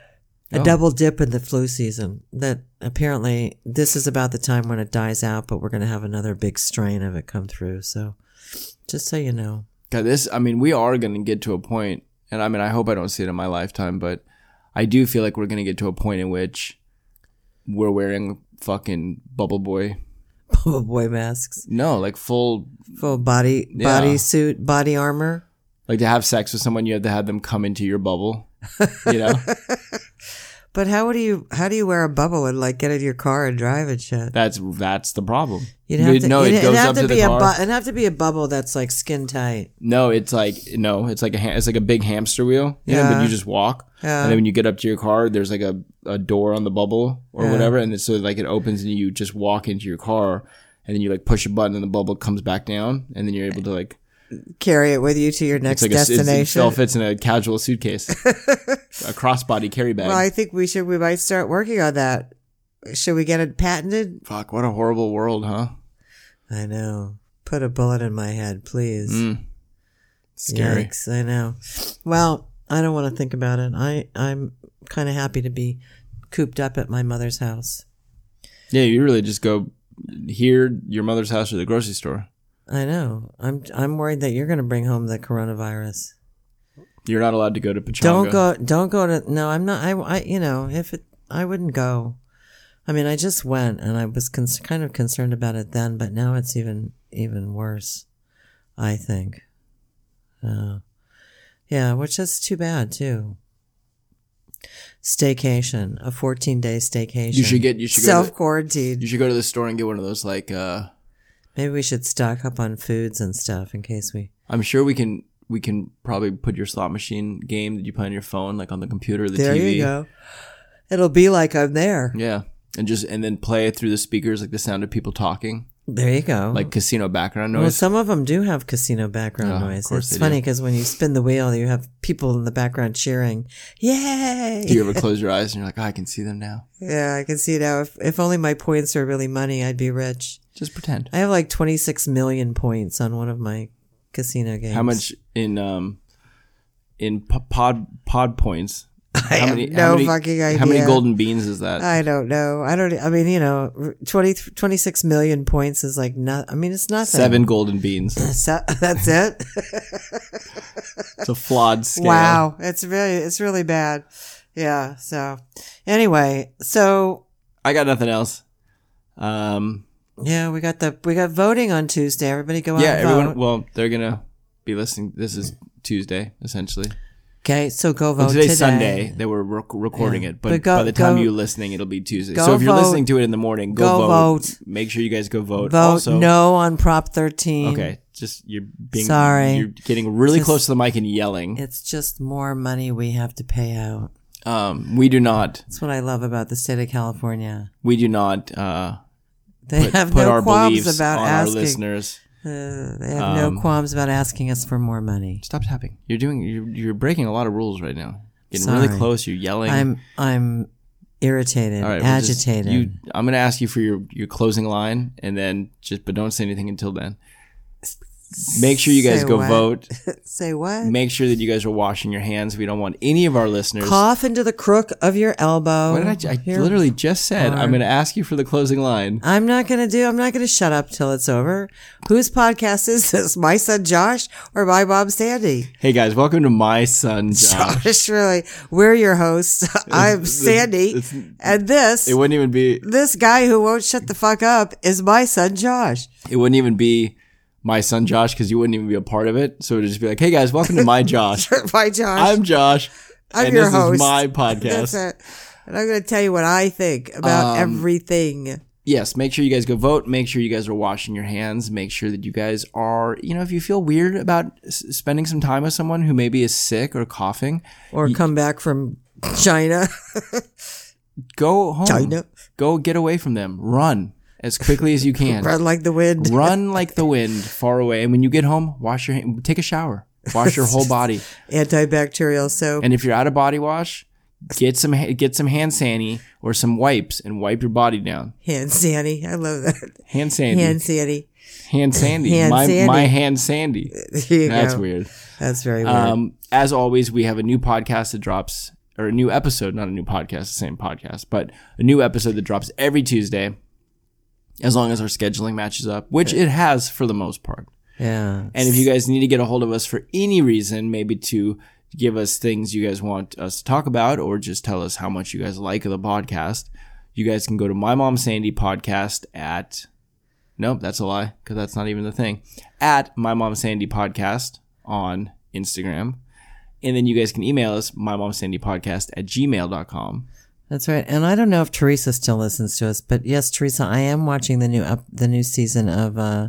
S2: a
S1: Oh.
S2: double dip in the flu season. That apparently this is about the time when it dies out, but we're going to have another big strain of it come through. So, just so you know.
S1: God, this, I mean, we are going to get to a point, and I mean, I hope I don't see it in my lifetime, but I do feel like we're going to get to a point in which we're wearing fucking bubble boy.
S2: Bubble boy masks,
S1: No, like full,
S2: full body
S1: Yeah.
S2: body suit, body armor.
S1: like to have sex with someone, you have to have them come into your bubble. You know,
S2: But how do you how do you wear a bubble and like get in your car and drive and shit?
S1: That's that's the problem.
S2: You'd have to,
S1: no,
S2: you'd,
S1: it
S2: it'd
S1: goes
S2: have
S1: up
S2: to
S1: to,
S2: be
S1: the
S2: a
S1: car.
S2: bu- it'd have to be a bubble that's like skin tight.
S1: No, it's like no, it's like a ha- it's like a big hamster wheel. Yeah,
S2: Yeah.
S1: but you just walk, and then when you get up to your car, there's like a, a door on the bubble or whatever, and then so like it opens and you just walk into your car, and then you like push a button and the bubble comes back down, and then you're able to like
S2: Carry it with you to your next
S1: it's like a, it's, it
S2: destination.
S1: all fits in a casual suitcase, a crossbody carry bag.
S2: well, I think we should we might start working on that. Should we get it patented?
S1: Fuck, what a horrible world, huh?
S2: I know. Put a bullet in my head, please.
S1: Mm, Scary.
S2: Yikes, I know. Well, I don't want to think about it. I I'm kind of happy to be cooped up at my mother's house.
S1: Yeah, you really just go here, your mother's house, or the grocery store.
S2: I know. I'm I'm worried that you're going to bring home the coronavirus.
S1: You're not allowed to go to Pachanga.
S2: Don't go. Don't go to. No, I'm not. I. I you know, if it, I wouldn't go. I mean, I just went, and I was con- kind of concerned about it then, but now it's even even worse. I think. Uh, yeah, which is too bad too. Staycation, a fourteen day staycation.
S1: You should get. You should go. To
S2: self
S1: the,
S2: quarantine.
S1: you should go to the store and get one of those like. uh
S2: Maybe we should stock up on foods and stuff in case we.
S1: I'm sure we can we can probably put your slot machine game that you play on your phone, like on the computer or the
S2: There
S1: TV.
S2: you go. It'll be like I'm there.
S1: Yeah. And just and then play it through the speakers, like the sound of people talking,
S2: There you go.
S1: like casino background
S2: Mm-hmm. Well,
S1: noise.
S2: some of them do have casino background
S1: Yeah, of
S2: noise.
S1: course
S2: It's
S1: they
S2: funny because when you spin the wheel, you have people in the background cheering, "Yay!"
S1: Do you ever close your eyes and you're like, oh, I can see them now?
S2: yeah, I can see now. If if only my points were really money, I'd be rich.
S1: Just pretend.
S2: I have like twenty six million points on one of my casino games.
S1: How much in um in po- pod pod points?
S2: I
S1: how
S2: have
S1: many,
S2: no
S1: how many,
S2: fucking idea.
S1: How many golden beans is that?
S2: I don't know. I don't. e, I mean, you know, r- 20, 26 million points is like not. I mean, it's nothing.
S1: Seven golden beans.
S2: So, that's it.
S1: It's a flawed scale.
S2: Wow, it's really it's really bad. Yeah. So anyway, so
S1: I got nothing else. Um,
S2: yeah, we got the we got voting on Tuesday. Everybody go out
S1: yeah,
S2: and
S1: everyone.
S2: vote.
S1: Well, they're gonna be listening. This is Tuesday, essentially.
S2: Okay, so go vote
S1: Well, today's
S2: Oh, today.
S1: Sunday. They were rec- recording
S2: Yeah.
S1: it, but,
S2: But go-
S1: by the time
S2: go-
S1: you're listening, it'll be Tuesday.
S2: go
S1: So if you're
S2: vote.
S1: listening to it in the morning, go,
S2: Go
S1: vote.
S2: vote.
S1: Make sure you guys go vote.
S2: Vote
S1: also,
S2: no on Prop 13.
S1: Okay, just you're being
S2: Sorry.
S1: You're getting really
S2: Just-
S1: close to the mic and yelling.
S2: It's just more money we have to pay out.
S1: Um, we do not.
S2: That's what I love about the state of California.
S1: We do not. Uh,
S2: They
S1: put,
S2: have
S1: put
S2: no
S1: our
S2: qualms
S1: beliefs
S2: about
S1: on our Um,
S2: asking.
S1: listeners.
S2: Uh, they have no qualms about asking us for more money.
S1: Stop tapping. You're doing. You're, you're breaking a lot of rules right now. Getting
S2: Sorry.
S1: really close. You're yelling.
S2: I'm I'm irritated,
S1: All right, we'll just-
S2: agitated.
S1: you, I'm going to ask you for your, your closing line, and then just but don't say anything until then. Make sure you guys
S2: Say
S1: go
S2: what?
S1: vote.
S2: Say what?
S1: Make sure that you guys are washing your hands. We don't want any of our listeners.
S2: Cough into the crook of your elbow.
S1: what did I, ju- I literally just said? I'm going to ask you for the closing line.
S2: am not going to do, I'm not going to shut up till it's over. Whose podcast is this? My son Josh or my mom Sandy?
S1: Hey guys, welcome to my son Josh.
S2: Josh, really. We're your hosts. I'm Sandy.
S1: it's-
S2: And this,
S1: It wouldn't even be.
S2: this guy who won't shut the fuck up is my son Josh.
S1: It wouldn't even be my son Josh because you wouldn't even be a part of it. So it'd just be like, hey guys, welcome to my Josh.
S2: my Josh.
S1: I'm Josh.
S2: I'm
S1: and
S2: your
S1: this
S2: host.
S1: is my
S2: That's
S1: podcast. Um,
S2: it. And I'm going to tell you what I think about everything.
S1: yes, make sure you guys go vote. Make sure you guys are washing your hands. Make sure that you guys are, you know, if you feel weird about s- spending some time with someone who maybe is sick or coughing,
S2: Or come back from China.
S1: go home.
S2: China.
S1: Go get away from them. Run as quickly as you can.
S2: Run like the wind.
S1: Run like the wind far away. And when you get home, wash your hand. Take a shower. Wash your whole body.
S2: Antibacterial soap.
S1: And if you're out of body wash, get some ha- get some hand sani or some wipes and wipe your body down.
S2: Hand Sandy. I love that.
S1: Hand sandy.
S2: Hand
S1: Hand,
S2: Sandy.
S1: sandy.
S2: Hand
S1: my,
S2: sandy. Uh,
S1: my hand sandy.
S2: There you
S1: That's
S2: go.
S1: weird.
S2: That's very weird.
S1: Um, as always, we have a new podcast that drops, or a new episode, not a new podcast, the same podcast, but a new episode that drops every Tuesday, as long as our scheduling matches up, which it has for the most part.
S2: yeah.
S1: And if you guys need to get a hold of us for any reason, maybe to give us things you guys want us to talk about, or just tell us how much you guys like of the podcast, you guys can go to My Mom Sandy Podcast at. Nope, that's a lie because that's not even the thing. At My Mom Sandy Podcast on Instagram. And then you guys can email us, My Mom Sandy Podcast at gmail.com.
S2: That's right. And I don't know if Teresa still listens to us, but yes, Teresa, I am watching the new up the new season of uh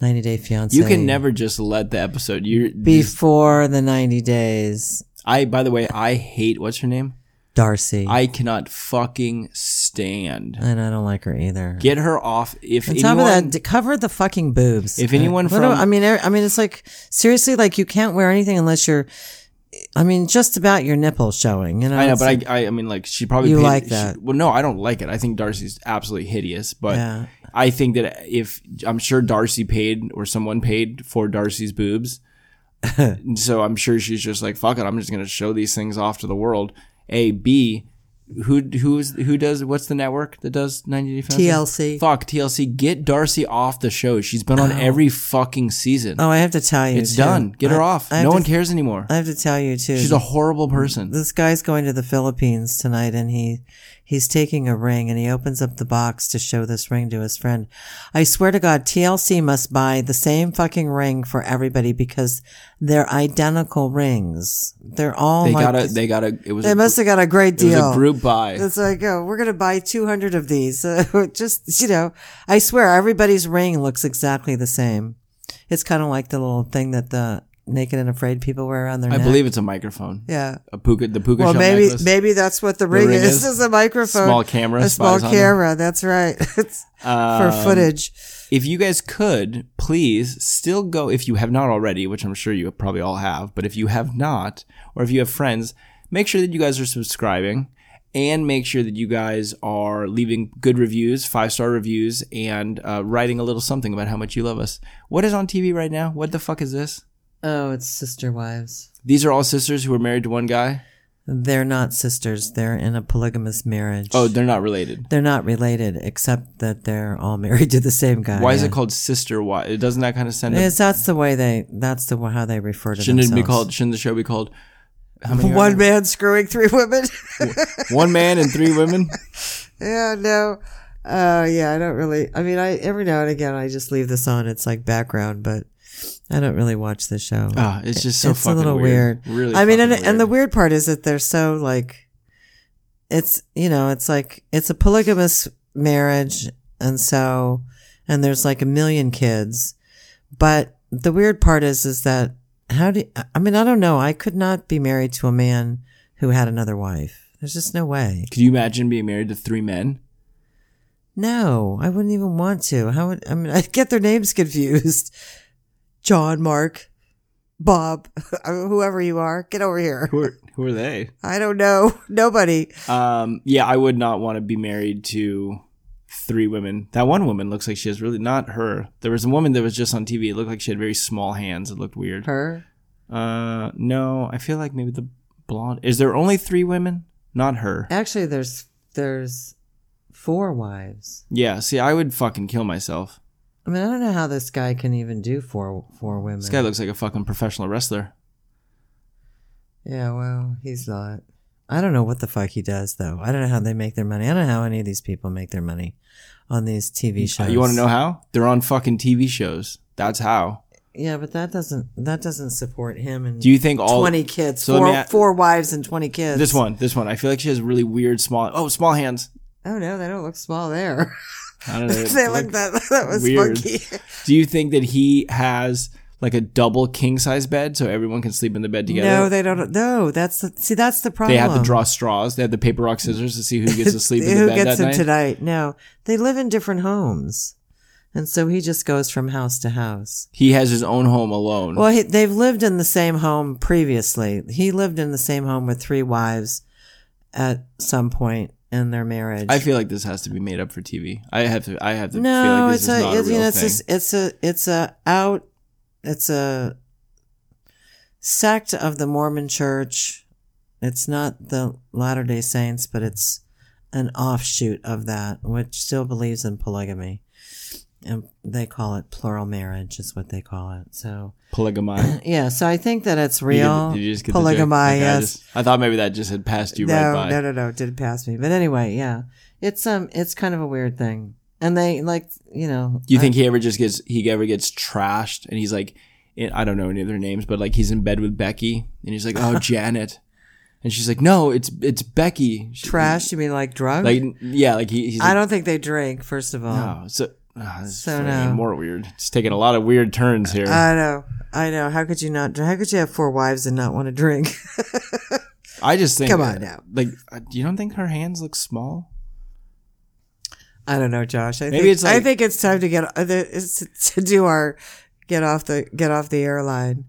S2: 90 Day Fiance.
S1: You can never just let the episode. You
S2: before the 90 days,
S1: I by the way, I hate what's her name.
S2: Darcy.
S1: I cannot fucking stand.
S2: and I don't like her either.
S1: Get her off. If
S2: On top
S1: anyone,
S2: of that, d- cover the fucking boobs.
S1: If anyone
S2: I, what do-
S1: from-
S2: I mean, er, I, I mean, it's like seriously, like you can't wear anything unless you're, I mean, just about your nipple showing. You know,
S1: I know,
S2: It's
S1: but I, I, I mean, like she probably
S2: You
S1: paid-
S2: like
S1: she-
S2: that.
S1: well, no, I don't like it. I think Darcy's absolutely hideous, but
S2: Yeah.
S1: I think that if I'm sure Darcy paid or someone paid for Darcy's boobs, And so I'm sure she's just like, fuck it, I'm just gonna show these things off to the world. A B, who who's who does what's the network that does 90 Day Fiancé?
S2: TLC.
S1: Fuck TLC, get Darcy off the show. She's been on every fucking season.
S2: Oh, I have to tell you,
S1: it's
S2: too.
S1: done. Get her
S2: I-
S1: off.
S2: I have
S1: No
S2: to-
S1: one cares anymore.
S2: I have to tell you too.
S1: She's a horrible person.
S2: this guy's going to the Philippines tonight and he he's taking a ring and he opens up the box to show this ring to his friend. I swear to God, TLC must buy the same fucking ring for everybody because they're identical rings. They're all
S1: They
S2: like
S1: got a. They got a. It was.
S2: they
S1: a,
S2: must have got a great
S1: it was
S2: deal.
S1: a group buy.
S2: It's like, oh, we're going to buy 200 of these. just, you know, I swear everybody's ring looks exactly the same. It's kind of like the little thing that the naked and afraid people wear around their
S1: I
S2: neck.
S1: believe it's a microphone.
S2: Yeah.
S1: A puka. The puka
S2: Well,
S1: shell
S2: maybe
S1: necklace.
S2: maybe that's what the ring,
S1: ring
S2: is.
S1: is?
S2: is a microphone,
S1: Small camera
S2: a small
S1: spies on them. Um,
S2: camera. That's right. It's for footage.
S1: If you guys could, please still go if you have not already, which I'm sure you probably all have, but if you have not, or if you have friends, make sure that you guys are subscribing and make sure that you guys are leaving good reviews, five star reviews, and uh, writing a little something about how much you love us. What is on TV right now? What the fuck is this?
S2: Oh, it's sister wives.
S1: These are all sisters who are married to one guy.
S2: They're not sisters. They're in a polygamous marriage.
S1: Oh, they're not related.
S2: they're not related except that they're all married to the same guy.
S1: Why is
S2: yeah.
S1: it called sister? Why it doesn't that kind of send? a-
S2: Yes, that's the way they. That's the how they refer to
S1: Shouldn't it be
S2: themselves.
S1: called? Shouldn't the show be called? How many? are
S2: one
S1: there?
S2: man screwing three women?
S1: one man and three women.
S2: yeah, no. Oh, yeah. I don't really. I mean, I every now and again I just leave this on. It's like background, but I don't really watch the show.
S1: Ah, it's just so
S2: it's a
S1: fucking
S2: little weird.
S1: Really,
S2: I mean, and,
S1: fucking
S2: and the
S1: weird.
S2: weird part is that they're so like, it's you know, it's like it's a polygamous marriage, and so, and there's like a million kids, but the weird part is is that how do I mean I don't know I could not be married to a man who had another wife. There's just no way.
S1: could you imagine being married to three men?
S2: No, I wouldn't even want to. How would I mean? I get their names confused. John, Mark, Bob, whoever you are, get over here.
S1: Who are who are they?
S2: I don't know. Nobody.
S1: Um, yeah, I would not want to be married to three women. That one woman looks like she has really not her. There was a woman that was just on TV. It looked like she had very small hands. It looked weird.
S2: Her?
S1: Uh, no, I feel like maybe the blonde. Is there only three women? Not her.
S2: Actually, there's there's four wives.
S1: Yeah. See, I would fucking kill myself.
S2: I mean, I don't know how this guy can even do four four women.
S1: This guy looks like a fucking professional wrestler.
S2: yeah, well, he's not. I don't know what the fuck he does though. I don't know how they make their money. I don't know how any of these people make their money on these TV
S1: Uh,
S2: shows.
S1: You want to know how? They're on fucking TV shows. That's how.
S2: Yeah, but that doesn't that doesn't support him and
S1: Do you think all
S2: twenty kids,
S1: So let
S2: four
S1: me a-
S2: four wives and twenty kids.
S1: this one, this one? I feel like she has really weird small. Oh, small hands.
S2: Oh no, they don't look small there.
S1: I don't know.
S2: they look that that was
S1: weird.
S2: funky.
S1: Do you think that he has like a double king size bed so everyone can sleep in the bed together?
S2: No, they don't. No, that's the, see, that's the problem.
S1: they have to draw straws. They have the paper rock scissors to see who gets to sleep in the
S2: who
S1: bed
S2: gets
S1: that
S2: him
S1: night.
S2: tonight? No, they live in different homes, and so he just goes from house to house.
S1: he has his own home alone.
S2: Well, he, they've lived in the same home previously. He lived in the same home with three wives at some point in their marriage.
S1: I feel like this has to be made up for TV. I have to. I have to feel
S2: no,
S1: like
S2: it's
S1: this is
S2: a,
S1: not a
S2: it's, you
S1: real
S2: know,
S1: thing.
S2: it's a, it's a, it's a out, it's a sect of the Mormon Church. It's not the Latter Day Saints, but it's an offshoot of that, which still believes in polygamy, and they call it plural marriage, is what they call it. So,
S1: Polygamy.
S2: yeah, so I think that it's
S1: You get the-
S2: real
S1: did you just get the joke?
S2: polygamy.
S1: Like, I
S2: yes,
S1: just- I thought maybe that just had passed you
S2: no,
S1: right by.
S2: no, no, no, it didn't pass me. But anyway, yeah, it's um, it's kind of a weird thing, and they like, you know,
S1: Do you
S2: I-
S1: think he ever just gets he ever gets trashed and he's like, I don't know any of their names, but like he's in bed with Becky and he's like, oh Janet, And she's like, "No, it's it's Becky." She-
S2: Trash, you mean like drunk?
S1: Like yeah, like he, he's
S2: I
S1: like,
S2: don't think they drink, first of all.
S1: "Oh, so ah, this is
S2: So
S1: fucking
S2: no. Uh,
S1: more weird. It's taking a lot of weird turns here.
S2: I know. I know. How could you not? How could you have four wives and not want to drink?
S1: I just think
S2: come on now.
S1: Like uh, you don't think her hands look small?
S2: I don't know, Josh. I
S1: Maybe
S2: think,
S1: it's like-
S2: I think it's time to get uh, the- it's to do our get off the get off the airline.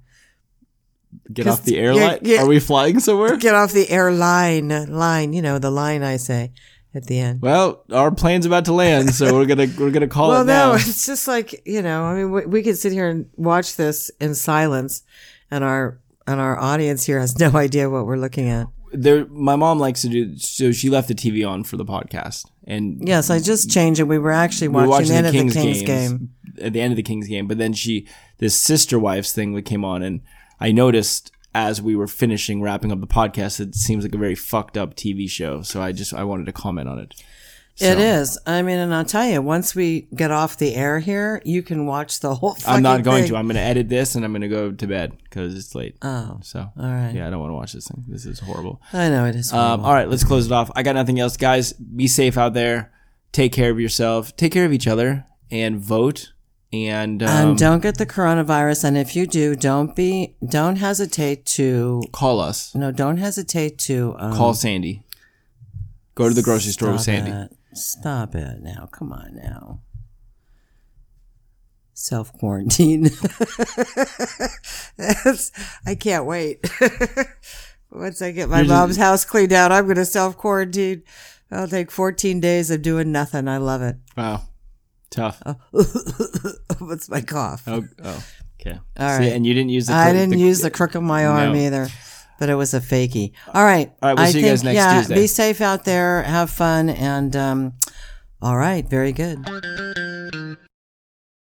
S1: Get
S2: 'Cause-
S1: off the airline.
S2: yeah, yeah.
S1: Are we flying somewhere?
S2: Get off the airline line. You know the line I say at the end.
S1: Well, our plane's about to land, so we're gonna we're gonna call
S2: well,
S1: it now.
S2: no, it's just like you know. I mean, we, we could sit here and watch this in silence, and our and our audience here has no idea what we're looking at.
S1: There, my mom likes to do. So she left the TV on for the podcast, and
S2: Yes, I just changed it. We were actually
S1: we were
S2: watching,
S1: watching
S2: the end
S1: the Kings,
S2: of the Kings
S1: games,
S2: game.
S1: at the end of the Kings game. But then she, this sister wives thing that came on, and I noticed as we were finishing wrapping up the podcast, it seems like a very fucked up TV show. So I just I wanted to comment on it.
S2: It is. I mean, and I'll tell you, once we get off the air here, you can watch the whole. Fucking
S1: I'm not going
S2: thing.
S1: to. I'm going to edit this and I'm going to go to bed because it's late. Oh, so all
S2: right.
S1: Yeah, I don't want to watch this thing. This is horrible.
S2: I know it is.
S1: Um, all right, let's close it off. I got nothing else, guys. Be safe out there. Take care of yourself. Take care of each other, and vote. And um,
S2: and don't get the coronavirus. And if you do, don't be, don't hesitate to,
S1: call us.
S2: no, don't hesitate to um,
S1: Call Sandy. Go to the grocery store with
S2: stop
S1: Sandy.
S2: It. Stop it now. Come on now. Self quarantine. I can't wait. Once I get my mom's house cleaned out, I'm going to self quarantine. I'll take 14 days of doing nothing. I love it.
S1: Wow, tough. Oh,
S2: What's my cough?
S1: oh, okay.
S2: All
S1: See,
S2: right.
S1: and you didn't use the.
S2: I
S1: cl-
S2: didn't use the crook of my arm
S1: No.
S2: either, but it was a fakie. All right.
S1: All right, we'll
S2: I
S1: see you guys next
S2: yeah,
S1: Tuesday.
S2: Be safe out there. Have fun. And um, all right. Very good.